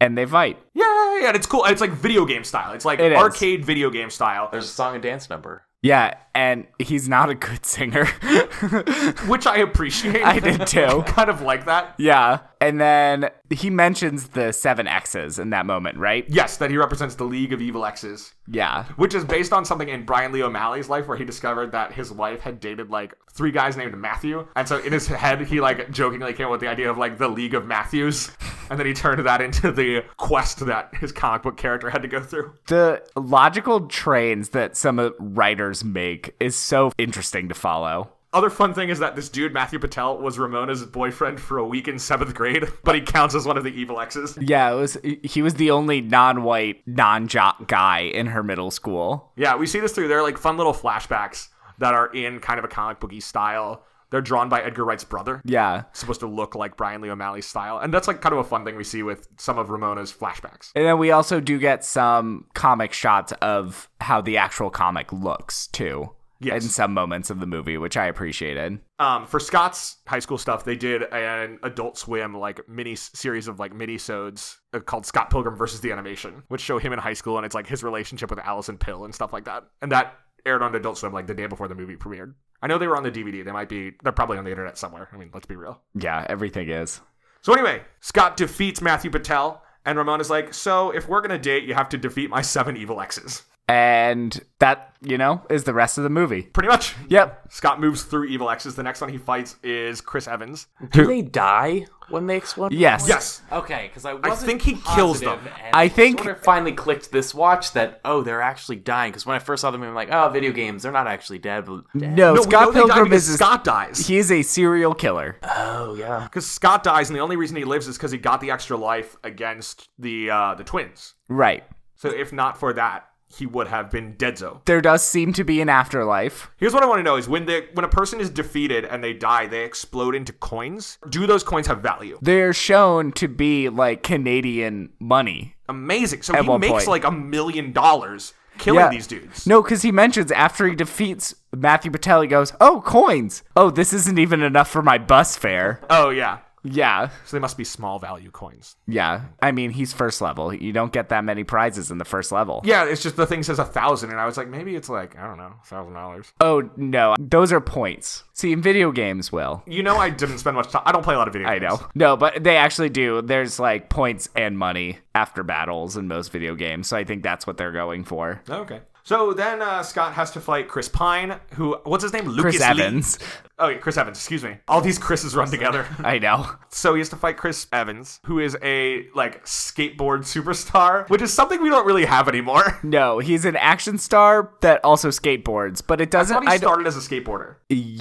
B: And they fight.
A: Yay! And it's cool. It's like video game style. It's like
B: It is.
A: arcade video game style.
C: There's a song and dance number.
B: Yeah, and he's not a good singer.
A: Which I appreciate.
B: I did too.
A: kind of like that.
B: yeah. And then he mentions the seven X's in that moment, right?
A: Yes, that he represents the League of Evil X's.
B: Yeah.
A: which is based on something in Brian Lee O'Malley's life where he discovered that his wife had dated like three guys named Matthew. And so in his head, he like jokingly came up with the idea of like the League of Matthews. and then he turned that into the quest that his comic book character had to go through.
B: The logical trains that some uh, writers make is so interesting to follow.
A: Other fun thing is that this dude, Matthew Patel, was Ramona's boyfriend for a week in seventh grade, but he counts as one of the evil exes.
B: Yeah, it was. He was the only non-white, non-jock guy in her middle school.
A: Yeah, we see this through. They're like fun little flashbacks that are in kind of a comic booky style. They're drawn by Edgar Wright's brother.
B: Yeah,
A: Supposed to look like Brian Lee O'Malley's style. And that's like kind of a fun thing we see with some of Ramona's flashbacks.
B: and then we also do get some comic shots of how the actual comic looks too.
A: Yes.
B: In some moments of the movie, which I appreciated.
A: Um, for Scott's high school stuff, they did an Adult Swim like mini series of like mini-sodes uh, called Scott Pilgrim versus the Animation, which show him in high school and it's like his relationship with Allison Pill and stuff like that. And that aired on Adult Swim like the day before the movie premiered. I know they were on the DVD. They might be. They're probably on the internet somewhere. I mean, let's be real.
B: Yeah, everything is.
A: So anyway, Scott defeats Matthew Patel, and Ramona's like, "So if we're gonna date, you have to defeat my seven evil exes."
B: And that, you know, is the rest of the movie.
A: Pretty much.
B: Yep.
A: Scott moves through evil exes. The next one he fights is Chris Evans.
C: Do they die when they explode?
B: Yes.
A: Yes.
C: Okay, because I
A: I think he kills them.
B: I think-
C: Sort of
D: Finally clicked this watch that oh they're actually dying because when I first saw them I'm like oh video games they're not actually dead. But dead.
B: No,
A: No,
B: Scott Pilgrim is a-
A: Scott dies
B: he is a serial killer.
D: Oh yeah.
A: because Scott dies, and the only reason he lives is because he got the extra life against the uh, the twins.
B: Right.
A: So if not for that, he would have been deadzo.
B: There does seem to be an afterlife.
A: Here's what I want to know: is when they when a person is defeated and they die, they explode into coins. Do those coins have value?
B: They're shown to be like Canadian money.
A: Amazing. So
B: At
A: he
B: one
A: makes
B: point.
A: like a million dollars killing
B: Yeah.
A: these dudes.
B: No, because he mentions after he defeats Matthew Patel, he goes, Oh, coins. Oh, this isn't even enough for my bus fare.
A: Oh yeah.
B: Yeah.
A: So they must be small value coins.
B: Yeah. I mean, he's first level. You don't get that many prizes in the first level.
A: Yeah, it's just the thing says a thousand, and I was like, maybe it's like I don't know, thousand dollars.
B: Oh, no. Those are points. See, in video games, Will.
A: You know, I didn't spend much time. I don't play a lot of video
B: I
A: games.
B: know. No, but they actually do. There's like points and money after battles in most video games. So I think that's what they're going for.
A: Oh, Okay. So then uh, Scott has to fight Chris Pine, who what's his name? Lucas
B: Chris
A: Lee.
B: Evans.
A: Oh, yeah, Chris Evans. Excuse me. All these Chris's run together.
B: I know.
A: so he has to fight Chris Evans, who is a like skateboard superstar, which is something we don't really have anymore.
B: No, he's an action star that also skateboards, but it doesn't.
A: But he
B: I don't-
A: started as a skateboarder.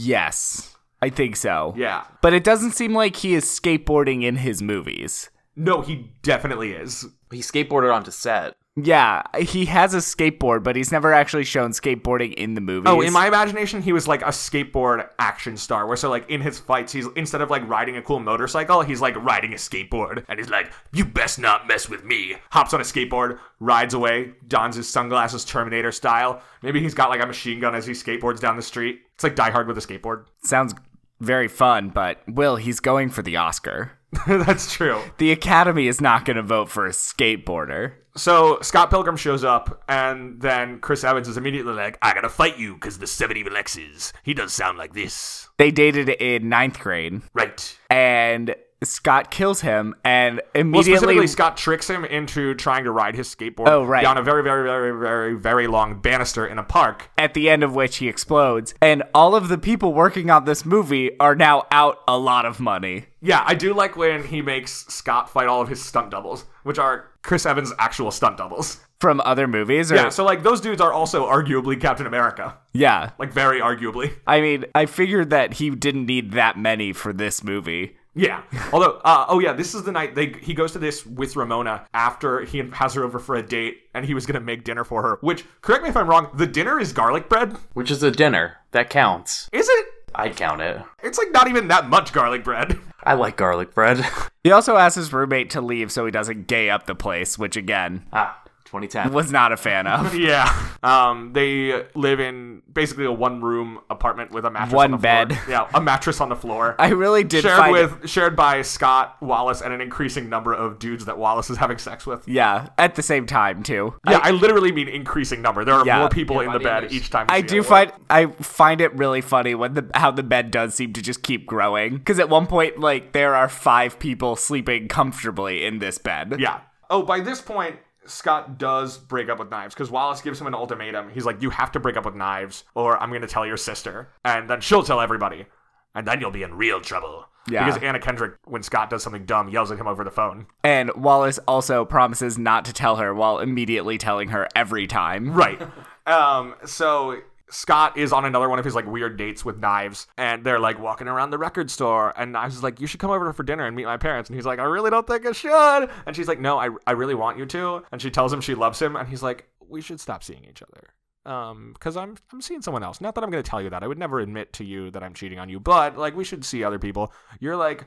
B: yes, I think so.
A: Yeah.
B: But it doesn't seem like he is skateboarding in his movies.
A: No, he definitely is.
D: He skateboarded onto set.
B: Yeah, he has a skateboard, but he's never actually shown skateboarding in the movies.
A: Oh, in my imagination, he was like a skateboard action star. Where so like in his fights, he's instead of like riding a cool motorcycle, he's like riding a skateboard, and he's like, "You best not mess with me." Hops on a skateboard, rides away, dons his sunglasses, Terminator style. Maybe he's got like a machine gun as he skateboards down the street. It's like Die Hard with a skateboard.
B: sounds very fun, but Will, he's going for the Oscar.
A: That's true.
B: The Academy is not going to vote for a skateboarder.
A: So Scott Pilgrim shows up, and then Chris Evans is immediately like, "I gotta fight you because the seven evil X's." He does sound like this,
B: They dated in ninth grade,
A: right?
B: and Scott kills him, and
A: Well,
B: immediately
A: specifically, Scott tricks him into trying to ride his skateboard
B: Oh, right.
A: down a very, very, very, very, very long banister in a park.
B: at the end of which he explodes. And all of the people working on this movie are now out a lot of money.
A: Yeah, I do like when he makes Scott fight all of his stunt doubles, which are Chris Evans' actual stunt doubles.
B: From other movies, or
A: Yeah, so like those dudes are also arguably Captain America,
B: Yeah.
A: like very arguably.
B: I mean, I figured that he didn't need that many for this movie.
A: Yeah. Although, uh, oh yeah, this is the night they he goes to this with Ramona after he has her over for a date, and he was gonna make dinner for her. Which, correct me if I'm wrong, the dinner is garlic bread.
D: Which is a dinner. That counts.
A: Is it?
D: I'd count it.
A: It's like not even that much garlic bread.
D: I like garlic bread.
B: He also asked his roommate to leave so he doesn't gay up the place, which again,
D: ah, 2010.
B: was not a fan of.
A: Yeah. Um, they live in basically a one room apartment with a mattress
B: One
A: on the floor.
B: bed.
A: Yeah, a mattress on the floor.
B: I really did
A: shared
B: find
A: with shared by Scott Wallace and an increasing number of dudes that Wallace is having sex with.
B: yeah, at the same time too.
A: Yeah, I, literally mean increasing number. There are
B: Yeah.
A: more people in the
D: by the
A: bed
D: end,
A: each time. we
B: I
A: see
B: do
A: it.
B: find I find it really funny when the how the bed does seem to just keep growing because at one point like there are five people sleeping comfortably in this bed.
A: Yeah. Oh, by this point, Scott does break up with Knives because Wallace gives him an ultimatum. He's like, "You have to break up with Knives, or I'm going to tell your sister, and then she'll tell everybody, and then you'll be in real trouble."
B: Yeah.
A: Because Anna Kendrick, when Scott does something dumb, yells at him over the phone.
B: And Wallace also promises not to tell her while immediately telling her every time.
A: Right. um, so Scott is on another one of his like weird dates with Knives, and they're like walking around the record store, and Knives is like, "You should come over for dinner and meet my parents," and he's like, "I really don't think I should," and she's like, "No, I I really want you to," and she tells him she loves him, and he's like, "We should stop seeing each other." Um, because I'm I'm seeing someone else. Not that I'm gonna tell you that. I would never admit to you that I'm cheating on you, but like we should see other people. You're like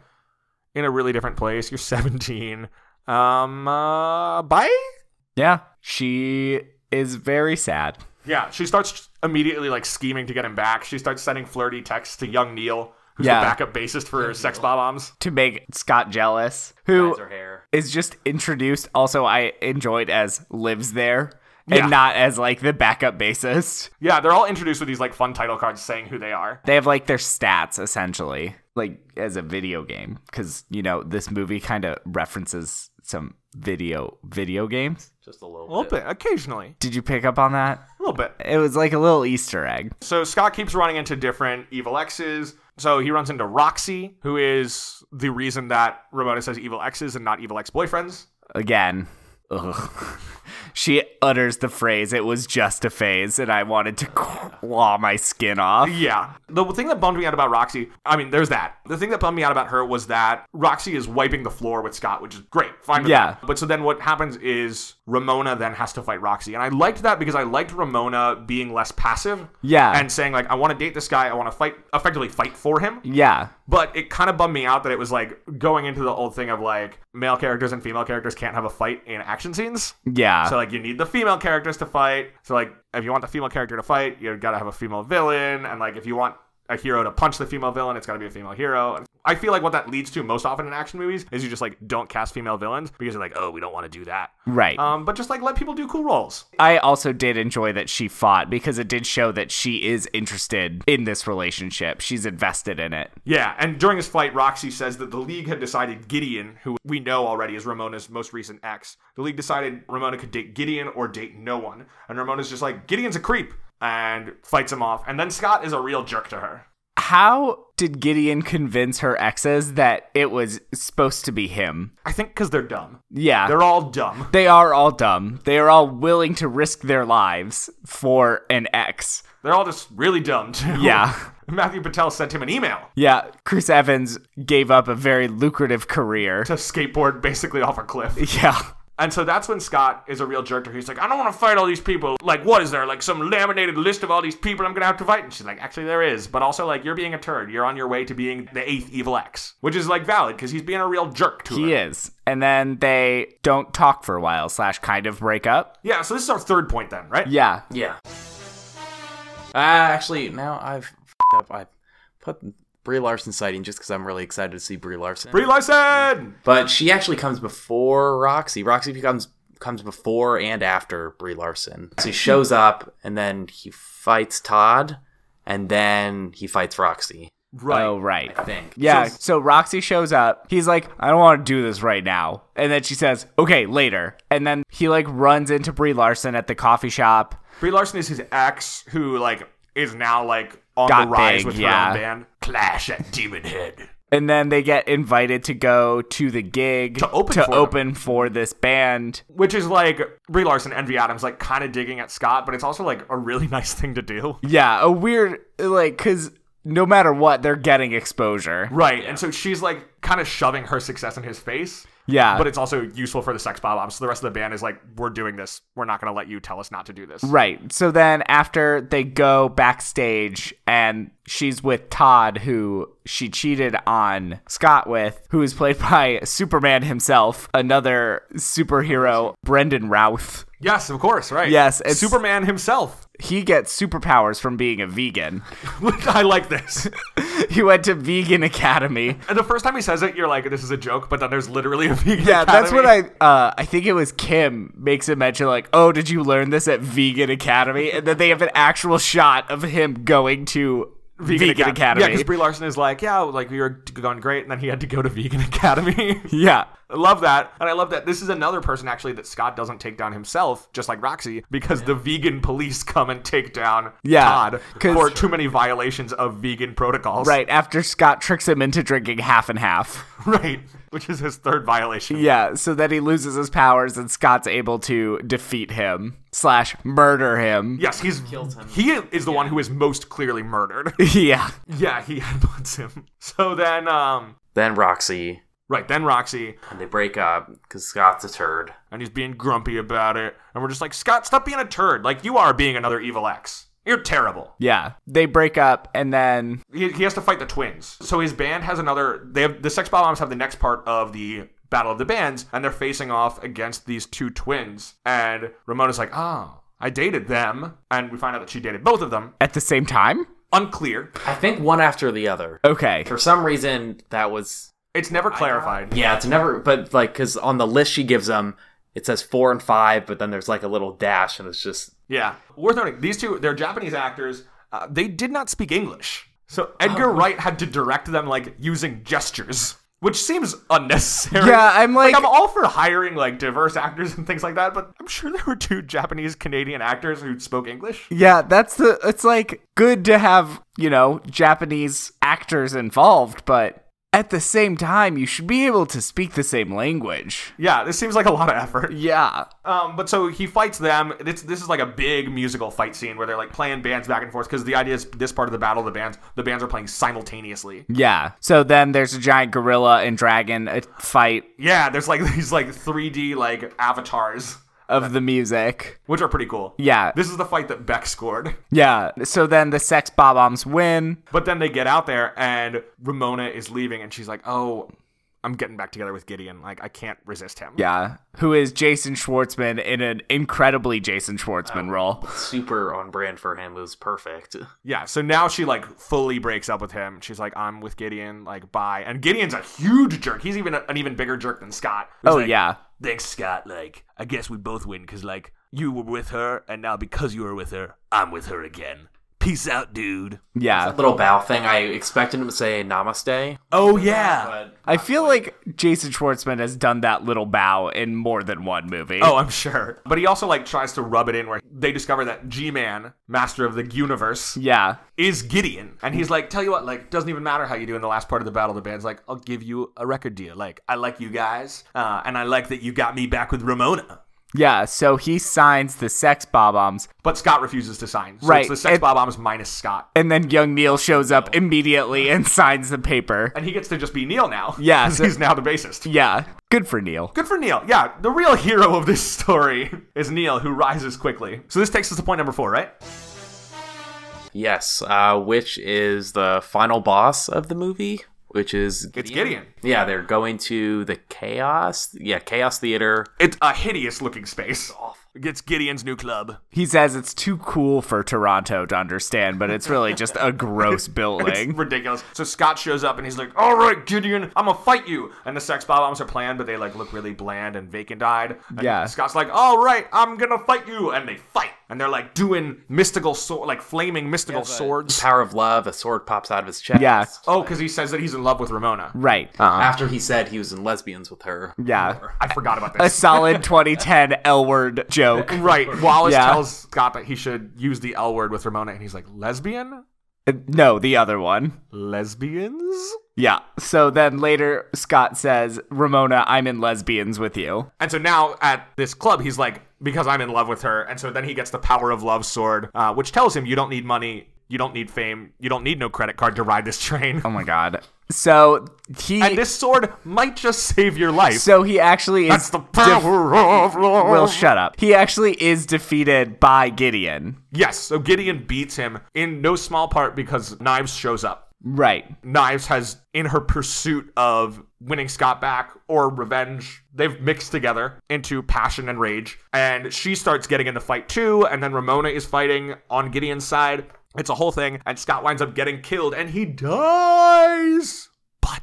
A: in a really different place. You're 17. Um, uh, bye.
B: Yeah. She is very sad.
A: Yeah, she starts immediately like scheming to get him back. She starts sending flirty texts to young Neil, who's
B: Yeah.
A: the backup bassist for Sex Bob Bombs.
B: To make Scott jealous, who
D: her hair.
B: is just introduced. Also, I enjoyed as lives there and
A: Yeah.
B: not as like the backup bassist.
A: Yeah, they're all introduced with these like fun title cards saying who they are.
B: They have like their stats essentially, like as a video game, because you know this movie kind of references some video video games.
D: Just a little,
A: A little
D: bit.
A: bit, occasionally,
B: Did you pick up on that?
A: a little bit.
B: It was like a little Easter egg.
A: So Scott keeps running into different evil exes. So he runs into Roxy, who is the reason that Ramona says evil exes and not evil ex boyfriends.
B: again. Ugh. She utters the phrase, it was just a phase, and I wanted to claw my skin off.
A: Yeah. The thing that bummed me out about Roxy, I mean, there's that. The thing that bummed me out about her was that Roxy is wiping the floor with Scott, which is great. Fine. With
B: Yeah.
A: that. But so then what happens is Ramona then has to fight Roxy. And I liked that because I liked Ramona being less passive.
B: Yeah.
A: And saying, like, I want to date this guy. I want to fight, effectively fight for him.
B: Yeah.
A: But it kind of bummed me out that it was like going into the old thing of like male characters and female characters can't have a fight in action scenes.
B: Yeah.
A: So like you need the female characters to fight. So like if you want the female character to fight, you gotta have a female villain. And like if you want a hero to punch the female villain, it's gotta be a female hero. And I feel like what that leads to most often in action movies is you just like don't cast female villains because you're like, oh, we don't want to do that.
B: right.
A: Um, but just like let people do cool roles.
B: I also did enjoy that she fought because it did show that she is interested in this relationship. She's invested in it.
A: Yeah, and during his fight, Roxy says that the League had decided Gideon, who we know already is Ramona's most recent ex, the League decided Ramona could date Gideon or date no one. And Ramona's just like, Gideon's a creep, and fights him off. And then Scott is a real jerk to her.
B: How did Gideon convince her exes that it was supposed to be him?
A: I think because they're dumb.
B: Yeah.
A: They're all dumb.
B: They are all dumb. They are all willing to risk their lives for an ex.
A: They're all just really dumb, too.
B: Yeah.
A: Matthew Patel sent him an email
B: Yeah, Chris Evans gave up a very lucrative career.
A: to skateboard basically off a cliff.
B: Yeah.
A: And so that's when Scott is a real jerk to her. He's like, I don't want to fight all these people. Like, what is there? Like, some laminated list of all these people I'm going to have to fight? And she's like, actually, there is. But also, like, you're being a turd. You're on your way to being the eighth evil ex, which is, like, valid because he's being a real jerk to
B: He
A: her.
B: is. And then they don't talk for a while, slash, kind of break up.
A: Yeah, so this is our third point then, right?
B: Yeah.
D: Yeah.
C: Ah, actually, now I've f***ed up. I put Brie Larson sighting just because I'm really excited to see Brie Larson.
A: Brie Larson!
C: but she actually comes before Roxy. Roxy becomes comes before and after Brie Larson. So he shows up, and then he fights Todd, and then he fights Roxy.
A: Right.
B: Oh, right.
C: I think.
B: Yeah. So Roxy shows up. He's like, I don't want to do this right now. And then she says, okay, later. And then he like runs into Brie Larson at the coffee shop.
A: Brie Larson is his ex who, like, is now, like, on
B: Got
A: the rise
B: big,
A: with
B: yeah.
A: her own band. Clash at Demon Head.
B: And then they get invited to go to the gig to
A: open for them.
B: open for this band.
A: Which is, like, Brie Larson, Envy Adams, like, kind of digging at Scott, but it's also, like, a really nice thing to do.
B: Yeah. A weird, like, because no matter what, they're getting exposure.
A: Right. And so she's like kind of shoving her success in his face.
B: Yeah.
A: But it's also useful for the sex bob ops. So the rest of the band is like, we're doing this. We're not going to let you tell us not to do this.
B: Right. So then after they go backstage and she's with Todd, who she cheated on Scott with, who is played by Superman himself, another superhero, Brendan Routh.
A: Yes, of course. Right.
B: Yes, it's-
A: Superman himself.
B: He gets superpowers from being a vegan.
A: I like this.
B: he went to Vegan Academy.
A: And the first time he says it, you're like, this is a joke, but then there's literally a vegan.
B: Yeah, that's what
A: academy.
B: I uh, I think it was Kim makes a mention like, "Oh, did you learn this at Vegan Academy?" And then they have an actual shot of him going to Vegan, Academy.
A: Yeah, because Brie Larson is like, yeah, like we were going great, and then he had to go to Vegan Academy.
B: Yeah.
A: I love that. And I love that this is another person actually that Scott doesn't take down himself, just like Roxy, because the vegan police come and take down
B: Yeah,
A: Todd
B: 'cause-
A: for too many violations of vegan protocols.
B: Right after Scott tricks him into drinking half and half.
A: Right. Which is his third violation.
B: Yeah, so that he loses his powers and Scott's able to defeat him slash murder him.
A: Yes, he's he is the one who is most clearly murdered.
B: Yeah.
A: yeah, he headbutts him. So then, um,
D: Then Roxy,
A: right then Roxy,
D: and they break up because Scott's a turd.
A: and he's being grumpy about it, and we're just like, Scott, stop being a turd. Like you are being another evil ex. You're terrible.
B: Yeah. They break up and then
A: he, he has to fight the twins. So his band has another. They have the Sex Bombs have the next part of the Battle of the Bands, and they're facing off against these two twins. And Ramona's like, "Oh, I dated them," and we find out that she dated both of them.
B: at the same time?
A: Unclear.
D: I think one after the other.
B: Okay.
D: For some reason, that was
A: It's never clarified.
D: yeah. It's never, but like, because on the list she gives them, it says four and five, but then there's like a little dash, and it's just
A: Yeah. Worth noting, these two, they're Japanese actors. Uh, they did not speak English. So
B: Oh.
A: Edgar Wright had to direct them, like, using gestures, which seems unnecessary.
B: Yeah, I'm like-
A: I'm all for hiring, like, diverse actors and things like that, but I'm sure there were two Japanese Canadian actors who spoke English.
B: Yeah, that's the it's like good to have, you know, Japanese actors involved, but at the same time you should be able to speak the same language.
A: Yeah, this seems like a lot of effort.
B: Yeah.
A: Um, but so he fights them. This this is like a big musical fight scene where they're like playing bands back and forth because the idea is this part of the battle, the bands the bands are playing simultaneously.
B: Yeah. So then there's a giant gorilla and dragon uh, fight
A: Yeah, there's like these like 3D like avatars,
B: of the music.
A: which are pretty cool.
B: Yeah.
A: This is the fight that Beck scored.
B: Yeah. So then the sex bob-ombs win.
A: But then they get out there and Ramona is leaving and she's like, "Oh, I'm getting back together with Gideon. Like I can't resist him."
B: Yeah, who is Jason Schwartzman in an incredibly Jason
A: Oh.
B: Schwartzman role.
D: super on brand for him. It was perfect.
A: Yeah. So now she like fully breaks up with him. She's like, "I'm with Gideon. Like bye." And Gideon's a huge jerk. He's even a- an even bigger jerk than Scott. who's
B: Oh
A: like,
B: yeah.
A: "Thanks, Scott. Like I guess we both win cuz like you were with her and now because you were with her, I'm with her again." Peace out, dude.
B: Yeah.
D: Little bow thing. I expected him to say Namaste,
A: Oh yeah.
D: but
B: I feel like Jason Schwartzman has done that little bow in more than one movie.
A: Oh, I'm sure. But he also like tries to rub it in where they discover that G-Man, master of the universe,
B: Yeah.
A: is Gideon, and he's like, "Tell you what, like, doesn't even matter how you do in the last part of the battle." The band's like, "I'll give you a record deal. Like, I like you guys, uh, and I like that you got me back with Ramona."
B: Yeah, so he signs the sex bob-ombs
A: But Scott refuses to sign. So
B: Right,
A: It's the sex
B: and-
A: bob bombs minus Scott,
B: and then young Neil shows
A: Oh.
B: up immediately and signs the paper.
A: and he gets to just be Neil now.
B: Yeah,
A: 'cause
B: so-
A: he's now the bassist.
B: Yeah. Good for Neil.
A: Good for Neil. Yeah, the real hero of this story is Neil, who rises quickly. So this takes us to point number four, right?
D: yes, uh, which is the final boss of the movie, which is
A: It's Gideon.
D: Yeah, they're going to the Chaos. Yeah, Chaos Theater.
A: It's a hideous looking space. It's Gideon's new club.
B: He says it's too cool for Toronto to understand, but it's really just a gross building.
A: It's ridiculous. So Scott shows up and he's like, "All right, Gideon, I'm gonna fight you." And the sex bombs are planned, but they like look really bland and vacant-eyed. And
B: Yeah.
A: Scott's like, "All right, I'm gonna fight you," and they fight, and they're like doing mystical sword, like flaming mystical swords.
D: Power of Love. A sword pops out of his chest.
B: Yeah.
A: Oh, because he says that he's in love with Ramona. Uh-huh.
B: Right.
D: After he said he was in lesbians with her.
B: Yeah.
A: I forgot about
B: A
A: this.
B: solid 2010 L word joke.
A: Right, Wallace
B: Yeah.
A: tells Scott that he should use the L word with Ramona, and he's like, "Lesbian,
B: Uh, No, the other one.
A: lesbians."
B: Yeah. So then later, Scott says, Ramona, I'm in lesbians with you.
A: And so now at this club, he's like, because I'm in love with her. And so then he gets the power of love sword, uh, which tells him you don't need money, you don't need fame, you don't need no credit card to ride this train.
B: Oh my God. So he.
A: And this sword might just save your life.
B: so he actually is.
A: That's the power of love.
B: Will, shut up. He actually is defeated by Gideon.
A: yes, so Gideon beats him in no small part because Knives shows up.
B: Right.
A: Knives has, in her pursuit of winning Scott back or revenge, they've mixed together into passion and rage. And she starts getting in the fight too. And then Ramona is fighting on Gideon's side. It's a whole thing. And Scott winds up getting killed and he dies. But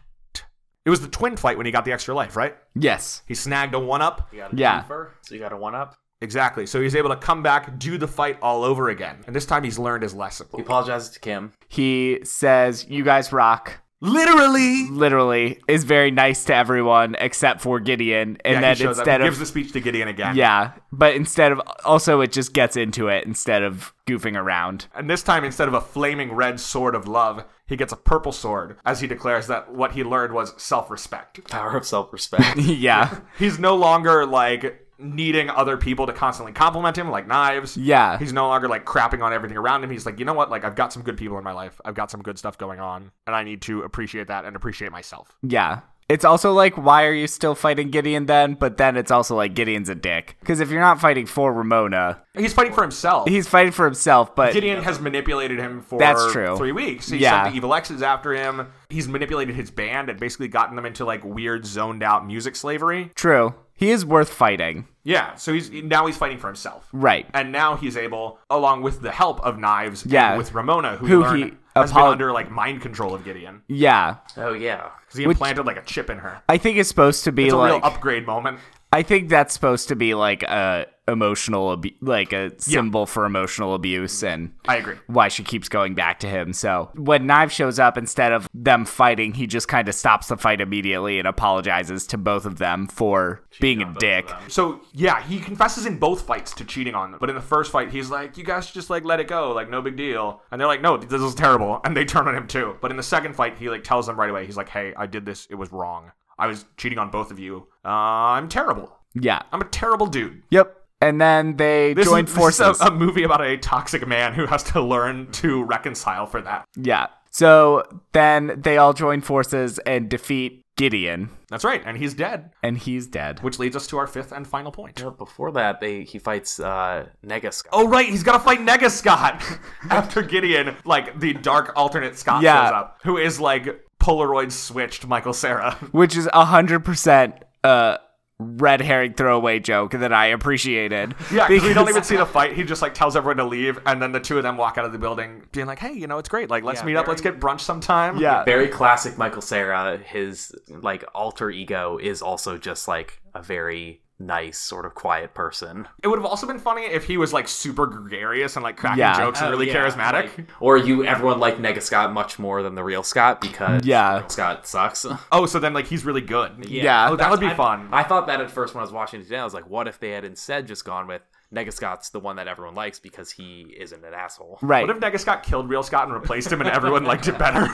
A: it was the twin fight when he got the extra life, right?
B: Yes.
A: He snagged a one up.
B: Yeah.
D: So you got a one up.
A: Exactly. So he's able to come back, do the fight all over again. And this time he's learned his lesson.
D: He apologizes to Kim.
B: He says, You guys rock.
C: Literally.
B: literally is very nice to everyone except for Gideon, and
A: yeah, he
B: then
A: shows up,
B: instead
A: gives
B: of
A: the speech to Gideon again.
B: yeah, but instead of also it just gets into it instead of goofing around.
A: And this time, instead of a flaming red sword of love, he gets a purple sword as he declares that what he learned was self respect.
D: Power of self respect.
B: yeah,
A: He's no longer like needing other people to constantly compliment him, like knives.
B: Yeah.
A: He's no longer like crapping on everything around him. He's like, you know what? Like, I've got some good people in my life. I've got some good stuff going on, and I need to appreciate that and appreciate myself.
B: yeah. It's also like, why are you still fighting Gideon then? But then it's also like Gideon's a dick because if you're not fighting for Ramona,
A: He's fighting for himself.
B: he's fighting for himself. But
A: Gideon has manipulated him for
B: That's true.
A: three weeks. He
B: Yeah.
A: sent the evil X's after him. He's manipulated his band and basically gotten them into like weird zoned out music slavery.
B: true, he is worth fighting.
A: Yeah, so he's now he's fighting for himself.
B: Right.
A: And now he's able, along with the help of Knives, and
B: Yeah.
A: with Ramona, who,
B: Who
A: learned,
B: he
A: has been
B: apolog-
A: under like mind control of Gideon
B: Yeah,
D: oh yeah.
A: because he implanted like a chip in her.
B: I think it's supposed to be
A: It's a
B: like
A: real upgrade moment.
B: I think that's supposed to be like a emotional abu- like a symbol for emotional abuse and
A: I agree.
B: why she keeps going back to him. So when Knife shows up, instead of them fighting, he just kind of stops the fight immediately and apologizes to both of them for being a dick.
A: So yeah, he confesses in both fights to cheating on them. But in the first fight, he's like, "You guys should just like let it go, like no big deal." And they're like, "No, this is terrible," and they turn on him too. But in the second fight, he like tells them right away. He's like, "Hey, I did this. It was wrong. I was cheating on both of you. Uh, I'm terrible.
B: Yeah.
A: I'm a terrible dude."
B: Yep. And then they
A: This
B: join
A: is,
B: forces.
A: This is a, a movie about a toxic man who has to learn to reconcile for that.
B: yeah. So then they all join forces and defeat Gideon,
A: That's right, and he's dead,
B: and he's dead.
A: which leads us to our fifth and final point.
D: But before that, they he fights uh, Negascott.
A: Oh right, he's gotta fight Nega Scott after Gideon, like the dark alternate Scott
B: Yeah.
A: shows up, who is like Polaroid switched Michael Sarah.
B: which is 100% a red herring throwaway joke that I appreciated.
A: Yeah, because we don't
B: Because-
A: even see the fight. He just like tells everyone to leave, and then the two of them walk out of the building, being like, "Hey, you know, it's great. Like, let's
D: Yeah,
A: meet up.
D: very-
A: Let's get brunch sometime."
B: Yeah.
D: Very classic Michael Sarah. His like alter ego is also just like a very nice sort of quiet person,
A: It would have also been funny if he was like super gregarious and like cracking
B: Yeah.
A: jokes and
D: Oh,
A: really
D: yeah,
A: charismatic.
D: like- or you everyone like Negascott much more than the real Scott because
B: Yeah.
D: real Scott sucks.
A: Oh, so then like he's really good.
B: Yeah.
A: Oh, that would be
D: I-
A: fun.
D: I thought that at first when I was watching it today. I was like, what if they had instead just gone with Negascott's the one that everyone likes because he isn't an asshole.
B: Right.
A: What if Nega Scott killed Real Scott and replaced him, and everyone liked it better?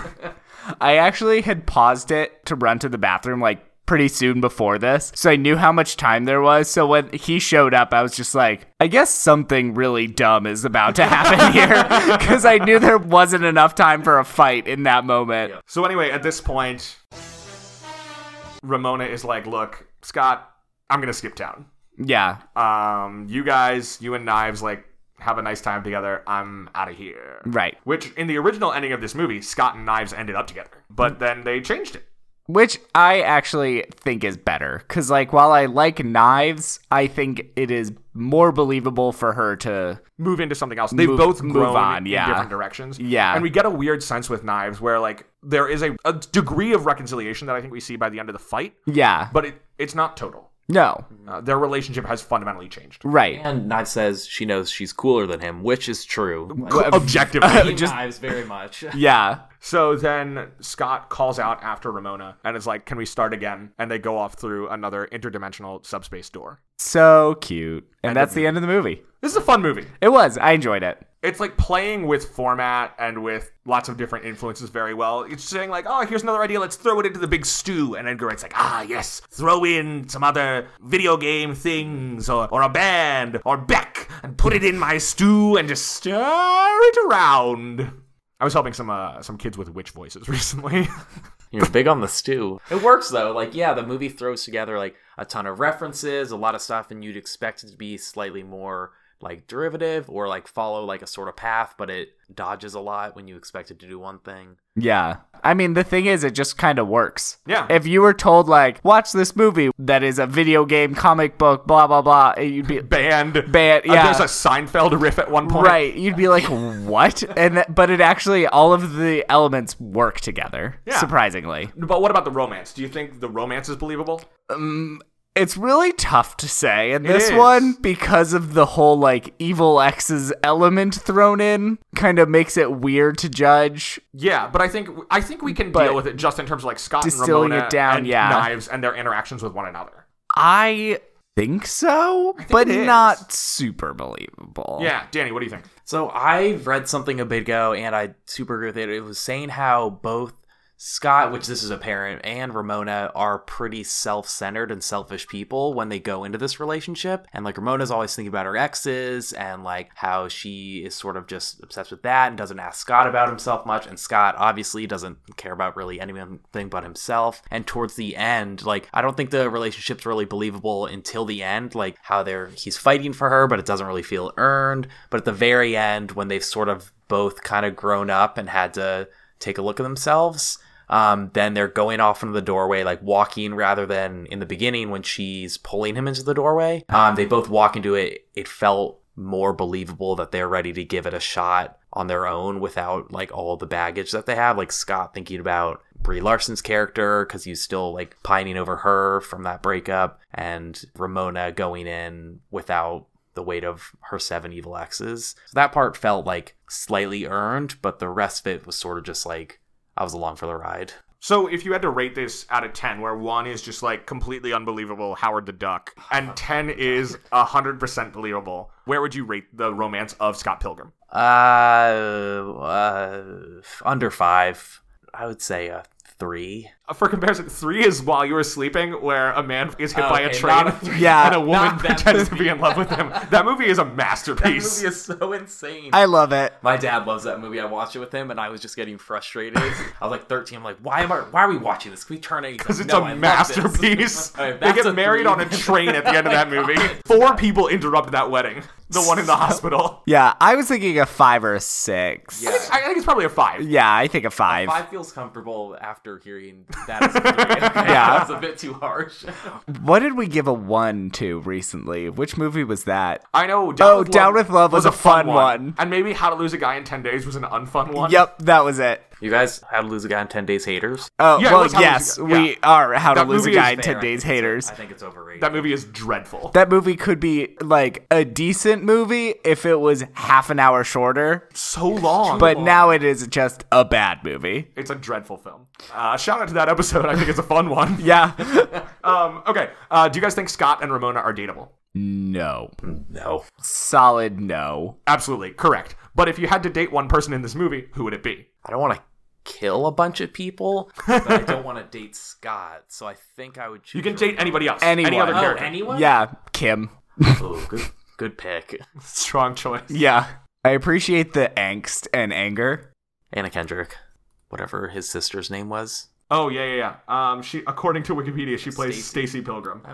B: I actually had paused it to run to the bathroom like pretty soon before this. So I knew how much time there was. So when he showed up, I was just like, I guess something really dumb is about to happen here because I knew there wasn't enough time for a fight in that moment.
A: so anyway, at this point, Ramona is like, "Look, Scott, I'm gonna skip town.
B: Yeah.
A: Um, you guys, you and Knives, like, have a nice time together. I'm out of here."
B: Right.
A: Which in the original ending of this movie, Scott and Knives ended up together, but then they changed it.
B: Which I actually think is better. Because, like, while I like knives, I think it is more believable for her to.
A: move into something else. They
B: Move-
A: both
B: move
A: grown
B: on,
A: in
B: yeah.
A: different directions.
B: Yeah.
A: and we get a weird sense with knives where like there is a, a degree of reconciliation that I think we see by the end of the fight,
B: Yeah.
A: but it, it's not total.
B: No.
A: Uh, their relationship has fundamentally changed.
B: Right.
D: And Knives says she knows she's cooler than him, which is true.
B: uh,
A: Objectively.
D: just Knives very much.
B: Yeah.
A: so then Scott calls out after Ramona and is like, Can we start again? And they go off through another interdimensional subspace door.
B: So cute. And that's the end of the movie.
A: This is a fun movie.
B: It was. I enjoyed it.
A: it's like playing with format and with lots of different influences very well. It's saying like, oh, here's another idea. Let's throw it into the big stew. And Edgar Wright's like, ah, yes, throw in some other video game things or, or a band or Beck and put it in my stew and just stir it around. I was helping some uh, some kids with witch voices recently.
D: You're big on the stew. It works though. Like, yeah, the movie throws together like a ton of references, a lot of stuff, and you'd expect it to be slightly more like derivative or like follow like a sort of path, but it dodges a lot when you expect it to do one thing.
B: Yeah. I mean, the thing is, it just kind of works.
A: Yeah.
B: If you were told, like, watch this movie that is a video game, comic book, blah, blah, blah, and you'd be.
A: Band, Uh,
B: Band, yeah.
A: there's a Seinfeld riff at one point.
B: Right, you'd be like, "What?" And th- but it actually all of the elements work together,
A: Yeah.
B: surprisingly.
A: But what about the romance? Do you think the romance is believable?
B: It's really tough to say in this
A: is.
B: one because of the whole like evil X's element thrown in. Kind of makes it weird to judge.
A: Yeah, but I think I think we can
B: But
A: deal with it just in terms of like Scott and
B: distilling
A: Ramona
B: it down,
A: and
B: yeah.
A: knives and their interactions with one another.
B: I think so, but
A: it is.
B: not super believable.
A: Yeah, Danny, what do you think?
D: So I read something a bit ago, and I super agree with it. It was saying how both Scott, which this is apparent, and Ramona are pretty self-centered and selfish people when they go into this relationship. And like Ramona's always thinking about her exes and like how she is sort of just obsessed with that and doesn't ask Scott about himself much. And Scott obviously doesn't care about really anything but himself. And towards the end, like I don't think the relationship's really believable until the end, like how they're he's fighting for her, but it doesn't really feel earned. But at the very end, when they've sort of both kind of grown up and had to take a look at themselves. Um, then they're going off into the doorway, like walking rather than in the beginning when she's pulling him into the doorway. Um, they both walk into it. It felt more believable that they're ready to give it a shot on their own without like all the baggage that they have. Like Scott thinking about Brie Larson's character because he's still like pining over her from that breakup, and Ramona going in without the weight of her seven evil exes. So that part felt like slightly earned, but the rest of it was sort of just like I was along for the ride.
A: So if you had to rate this out of ten, where one is just like completely unbelievable, Howard the Duck, and ten is hundred percent believable, where would you rate the romance of Scott Pilgrim?
D: Uh, uh under five, I would say a three.
A: Uh, For comparison, three is while you were sleeping, where a man is hit by a
D: Okay,
A: train
D: not a three.
B: Yeah,
A: and a woman
D: not that
A: pretends to be in love with him. That movie is a masterpiece.
D: This movie is so insane.
B: I love it.
D: My dad loves that movie. I watched it with him, and I was just getting frustrated. I was like 13. I'm like, why am I? Why are we watching this? Can we turn it?
A: Because it's a masterpiece. they get married on a train at the end of that movie. Four people interrupt that wedding. The one in the hospital.
B: Yeah, I was thinking a five or a six.
D: Yeah.
A: I think it's probably a five.
B: Yeah, I think a five.
D: Five feels comfortable after hearing that. Is three. Okay,
B: Yeah.
D: that's a bit too harsh.
B: What did we give a one to recently? Which movie was that?
A: I know.
B: Oh, Down with Love was a fun one.
A: and maybe How to Lose a Guy in Ten Days was an unfun one.
B: Yep, that was it.
D: You guys, How to Lose a Guy in Ten Days haters.
B: Oh,
A: Yeah, it
B: well,
A: was How to Lose a
B: yes,
A: Guy-
B: we
A: yeah.
B: are How
A: That
B: to Lose a
A: movie is
B: Guy in
A: fair,
B: 10 Days haters.
D: I think it's overrated.
A: That movie is dreadful.
B: That movie could be like a decent movie if it was half an hour shorter,
A: so long.
B: but now it is just a bad movie.
A: it's a dreadful film. Uh, shout out to that episode. I think it's a fun one.
B: Yeah.
A: Um, okay. Uh, do you guys think Scott and Ramona are dateable?
B: no.
D: no.
B: Solid no.
A: Absolutely correct. But if you had to date one person in this movie, who would it be?
D: I don't want to kill a bunch of people, but I don't want to date Scott. So I think I would choose.
A: You can date anybody else. Any
B: Anyone.
A: other
B: Oh,
D: Oh,
A: character.
D: anyone?
B: Yeah, Kim.
D: Ooh, good, good pick.
A: Strong choice.
B: Yeah. I appreciate the angst and anger.
D: Anna Kendrick, whatever his sister's name was.
A: Oh yeah, yeah, yeah. Um, she, according to Wikipedia, she plays
D: Stacy.
A: Stacy Pilgrim.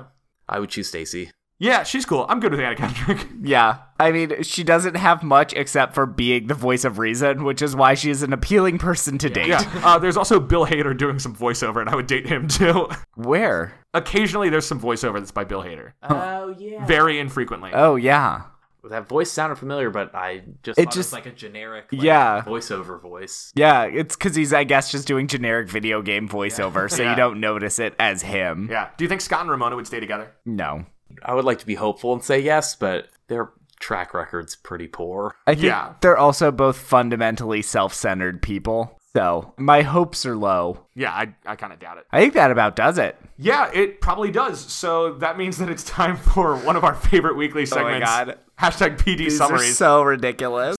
D: I would choose Stacy.
A: Yeah, she's cool. I'm good with Anna Kendrick.
B: Yeah. I mean, she doesn't have much except for being the voice of reason, which is why she is an appealing person to date.
A: yeah. Uh, there's also Bill Hader doing some voiceover, and I would date him too.
B: Where?
A: Occasionally, there's some voiceover that's by Bill Hader.
D: Oh yeah.
A: Very infrequently.
B: Oh, yeah.
D: That voice sounded familiar, but I just
B: It
D: it thought
B: just-
D: just it was like a generic like,
B: Yeah.
D: voiceover voice.
B: Yeah, it's because he's, I guess, just doing generic video game voiceover, so
A: Yeah.
B: you don't notice it as him.
A: yeah. Do you think Scott and Ramona would stay together?
B: No.
D: I would like to be hopeful and say yes, but their track record's pretty poor.
B: I think
A: Yeah.
B: they're also both fundamentally self centered people. So my hopes are low.
A: Yeah, I, I kind of doubt it.
B: I think that about does it.
A: Yeah, it probably does. So that means that it's time for one of our favorite weekly
B: Oh my
A: segments.
B: God.
A: Hashtag PD
B: These are
A: summaries.
B: so ridiculous.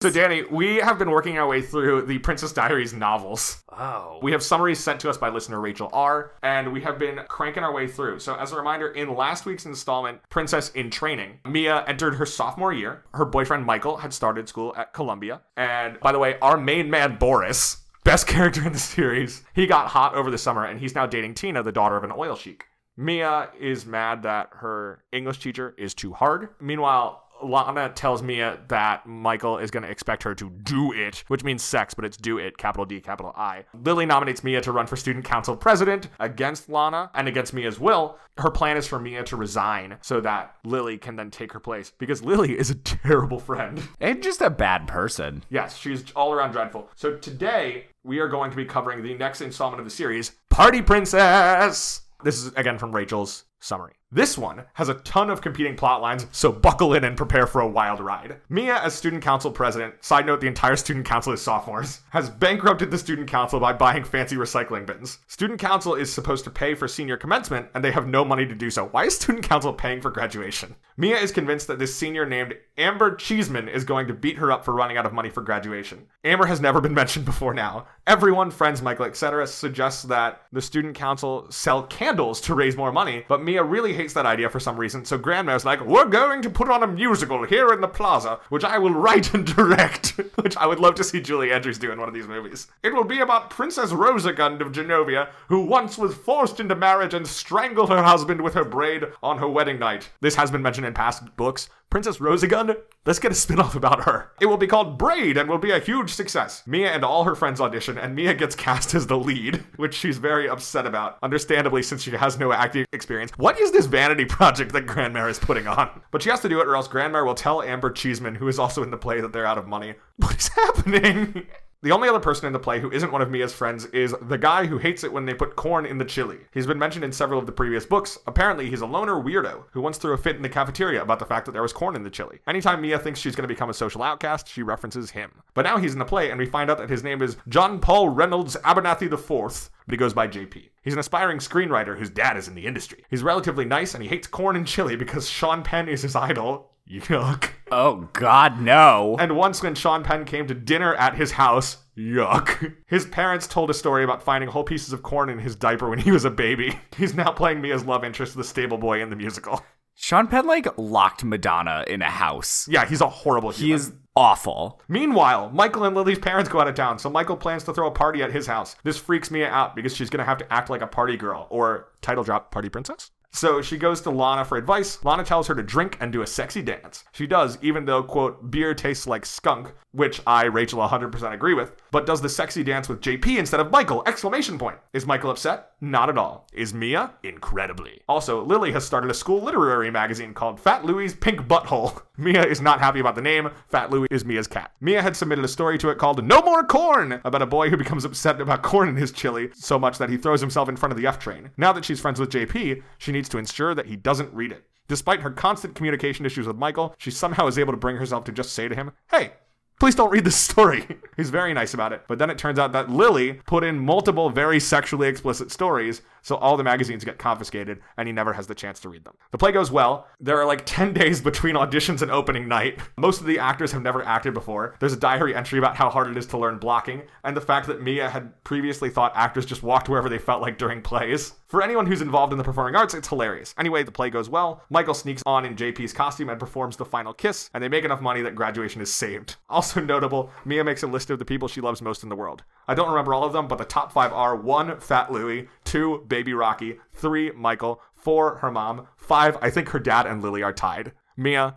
A: so, Danny, we have been working our way through the Princess Diaries novels.
D: Oh.
A: We have summaries sent to us by listener Rachel R, and we have been cranking our way through. So, as a reminder, in last week's installment, Princess in Training, Mia entered her sophomore year. Her boyfriend Michael had started school at Columbia. And by the way, our main man Boris, best character in the series, he got hot over the summer and he's now dating Tina, the daughter of an oil sheik. Mia is mad that her English teacher is too hard. Meanwhile, Lana tells Mia that Michael is going to expect her to do it, which means sex, but it's do it, capital D, capital I. Lily nominates Mia to run for student council president against Lana and against Mia's will. Her plan is for Mia to resign so that Lily can then take her place because Lily is a terrible friend.
B: And just a bad person.
A: Yes, she's all around dreadful. So today, we are going to be covering the next installment of the series Party Princess! This is again from Rachel's summary. This one has a ton of competing plot lines, so buckle in and prepare for a wild ride. Mia, as student council president, side note the entire student council is sophomores, has bankrupted the student council by buying fancy recycling bins. Student council is supposed to pay for senior commencement, and they have no money to do so. Why is student council paying for graduation? Mia is convinced that this senior named Amber Cheeseman is going to beat her up for running out of money for graduation. Amber has never been mentioned before now. Everyone, friends, Michael, etc., suggests that the student council sell candles to raise more money, but Mia really hates that idea for some reason, so Grandma's like, We're going to put on a musical here in the plaza, which I will write and direct, which I would love to see Julie Andrews do in one of these movies. It will be about Princess Rosagund of Genovia, who once was forced into marriage and strangled her husband with her braid on her wedding night. This has been mentioned in past books. Princess Rosagund, let's get a spin-off about her. It will be called Braid and will be a huge success. Mia and all her friends audition, and Mia gets cast as the lead, which she's very upset about, understandably since she has no acting experience. What is this vanity project that Grandmare is putting on? But she has to do it or else Grandmare will tell Amber Cheeseman, who is also in the play, that they're out of money. What is happening? The only other person in the play who isn't one of Mia's friends is the guy who hates it when they put corn in the chili. He's been mentioned in several of the previous books. Apparently, he's a loner weirdo who once threw a fit in the cafeteria about the fact that there was corn in the chili. Anytime Mia thinks she's going to become a social outcast, she references him. But now he's in the play, and we find out that his name is John Paul Reynolds Abernathy IV, but he goes by JP. He's an aspiring screenwriter whose dad is in the industry. He's relatively nice, and he hates corn and chili because Sean Penn is his idol. Yuck.
B: Oh God, no.
A: And once when Sean Penn came to dinner at his house, yuck. His parents told a story about finding whole pieces of corn in his diaper when he was a baby. He's now playing Mia's love interest, the stable boy in the musical.
B: Sean Penn like locked Madonna in a house.
A: Yeah, he's a horrible
B: He
A: human.
B: is awful.
A: Meanwhile, Michael and Lily's parents go out of town, so Michael plans to throw a party at his house. This freaks Mia out because she's going to have to act like a party girl or title drop party princess. So she goes to Lana for advice. Lana tells her to drink and do a sexy dance. She does, even though, quote, beer tastes like skunk, which I, Rachel, 100% agree with, but does the sexy dance with JP instead of Michael, exclamation point. Is Michael upset? Not at all. Is Mia? Incredibly. Also, Lily has started a school literary magazine called Fat Louie's Pink Butthole. Mia is not happy about the name. Fat Louie is Mia's cat. Mia had submitted a story to it called No More Corn about a boy who becomes upset about corn in his chili so much that he throws himself in front of the F train. Now that she's friends with JP, she needs to ensure that he doesn't read it. Despite her constant communication issues with Michael, she somehow is able to bring herself to just say to him, Hey, Please don't read this story. He's very nice about it. But then it turns out that Lily put in multiple very sexually explicit stories, so all the magazines get confiscated, and he never has the chance to read them. The play goes well. There are like 10 days between auditions and opening night. Most of the actors have never acted before. There's a diary entry about how hard it is to learn blocking, and the fact that Mia had previously thought actors just walked wherever they felt like during plays. For anyone who's involved in the performing arts, it's hilarious. Anyway, the play goes well. Michael sneaks on in JP's costume and performs the final kiss, and they make enough money that graduation is saved. Also notable, Mia makes a list of the people she loves most in the world. I don't remember all of them, but the top five are one, Fat Louie, two, Baby Rocky, three, Michael, four, her mom, five, I think her dad and Lily are tied. Mia,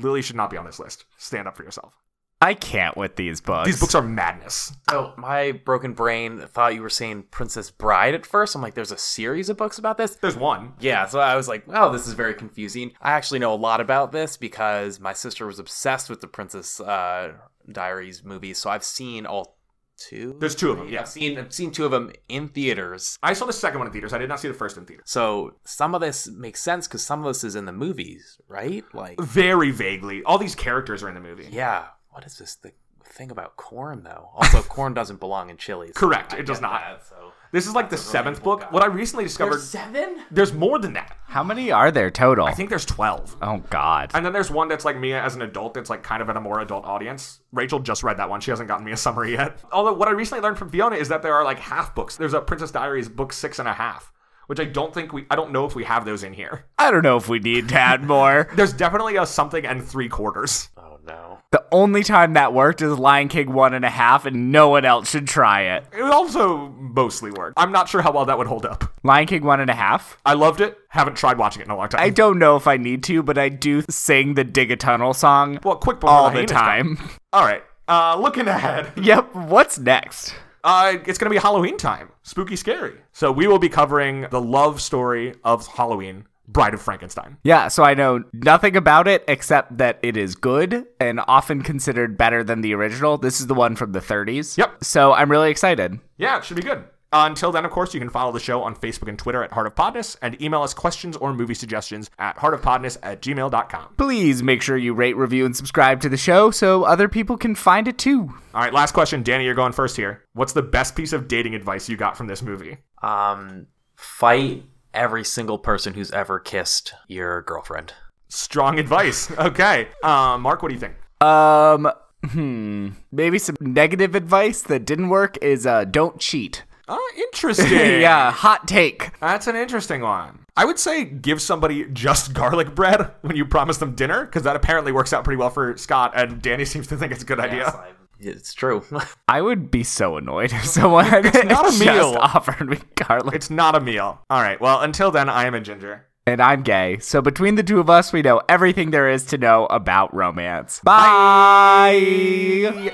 A: Lily should not be on this list. Stand up for yourself.
B: I can't with these books.
A: These books are madness.
D: So my broken brain thought you were saying Princess Bride at first. I'm like, there's a series of books about this.
A: There's one.
D: Yeah, so I was like, wow, this is very confusing. I actually know a lot about this because my sister was obsessed with the Princess uh, Diaries movies, so I've seen all two.
A: There's two of them,
D: Yeah,
A: yeah.
D: I've seen I've seen two of them in theaters.
A: I saw the second one in theaters. I did not see the first in theaters.
D: So some of this makes sense because some of this is in the movies, right? Like,
A: Very vaguely. All these characters are in the movie.
D: yeah, what is this the thing about corn though? Also, corn doesn't belong in chilies.
A: Correct.
D: I
A: It does
D: get
A: not.
D: that, so.
A: This is like the
D: That's a
A: seventh
D: relatable
A: book.
D: guy.
A: What I recently discovered.
D: There's seven.
A: There's more than that.
B: How many are there total?
A: I think there's 12.
B: oh God.
A: And then there's one that's like Mia as an adult that's like kind of at a more adult audience. Rachel just read that one. She hasn't gotten me a summary yet. Although, what I recently learned from Fiona is that there are like half books. There's a Princess Diaries book six and a half, which I don't think we, I don't know if we have those in here.
B: I don't know if we need to add more.
A: There's definitely a something and three quarters.
D: Oh no.
B: the only time that worked is Lion King one and a half, and no one else should try it.
A: It also mostly worked. I'm not sure how well that would hold up.
B: Lion King one and a half.
A: I loved it. Haven't tried watching it in a long time.
B: I don't know if I need to, but I do sing the Dig a Tunnel song
A: well, quick before
B: all the
A: hyenas come.
B: time.
A: All right. Uh, looking ahead.
B: yep. What's next?
A: Uh, it's going to be Halloween time. Spooky, scary. So we will be covering the love story of Halloween, Bride of Frankenstein.
B: Yeah, so I know nothing about it except that it is good and often considered better than the original. This is the one from the 30s.
A: Yep.
B: So I'm really excited.
A: Yeah, it should be good. Uh, Until then, of course, you can follow the show on Facebook and Twitter at Heart of Podness and email us questions or movie suggestions at heartofpodness at gmail.com.
B: Please make sure you rate, review, and subscribe to the show so other people can find it too.
A: All right, last question. Danny, you're going first here. What's the best piece of dating advice you got from this movie?
D: Um, fight every single person who's ever kissed your girlfriend.
A: Strong advice. Okay. Um, Mark, what do you think?
B: Um, hmm. Maybe some negative advice that didn't work is uh, don't cheat.
A: Oh, interesting.
B: yeah, hot take.
A: That's an interesting one. I would say give somebody just garlic bread when you promise them dinner, because that apparently works out pretty well for Scott, and Danny seems to think it's a good idea.
D: It's true.
B: I would be so annoyed if someone it's
A: not a meal.
B: just offered me garlic.
A: It's not a meal. All right. Well, until then, I am a ginger.
B: and I'm gay, so between the two of us, we know everything there is to know about romance. Bye.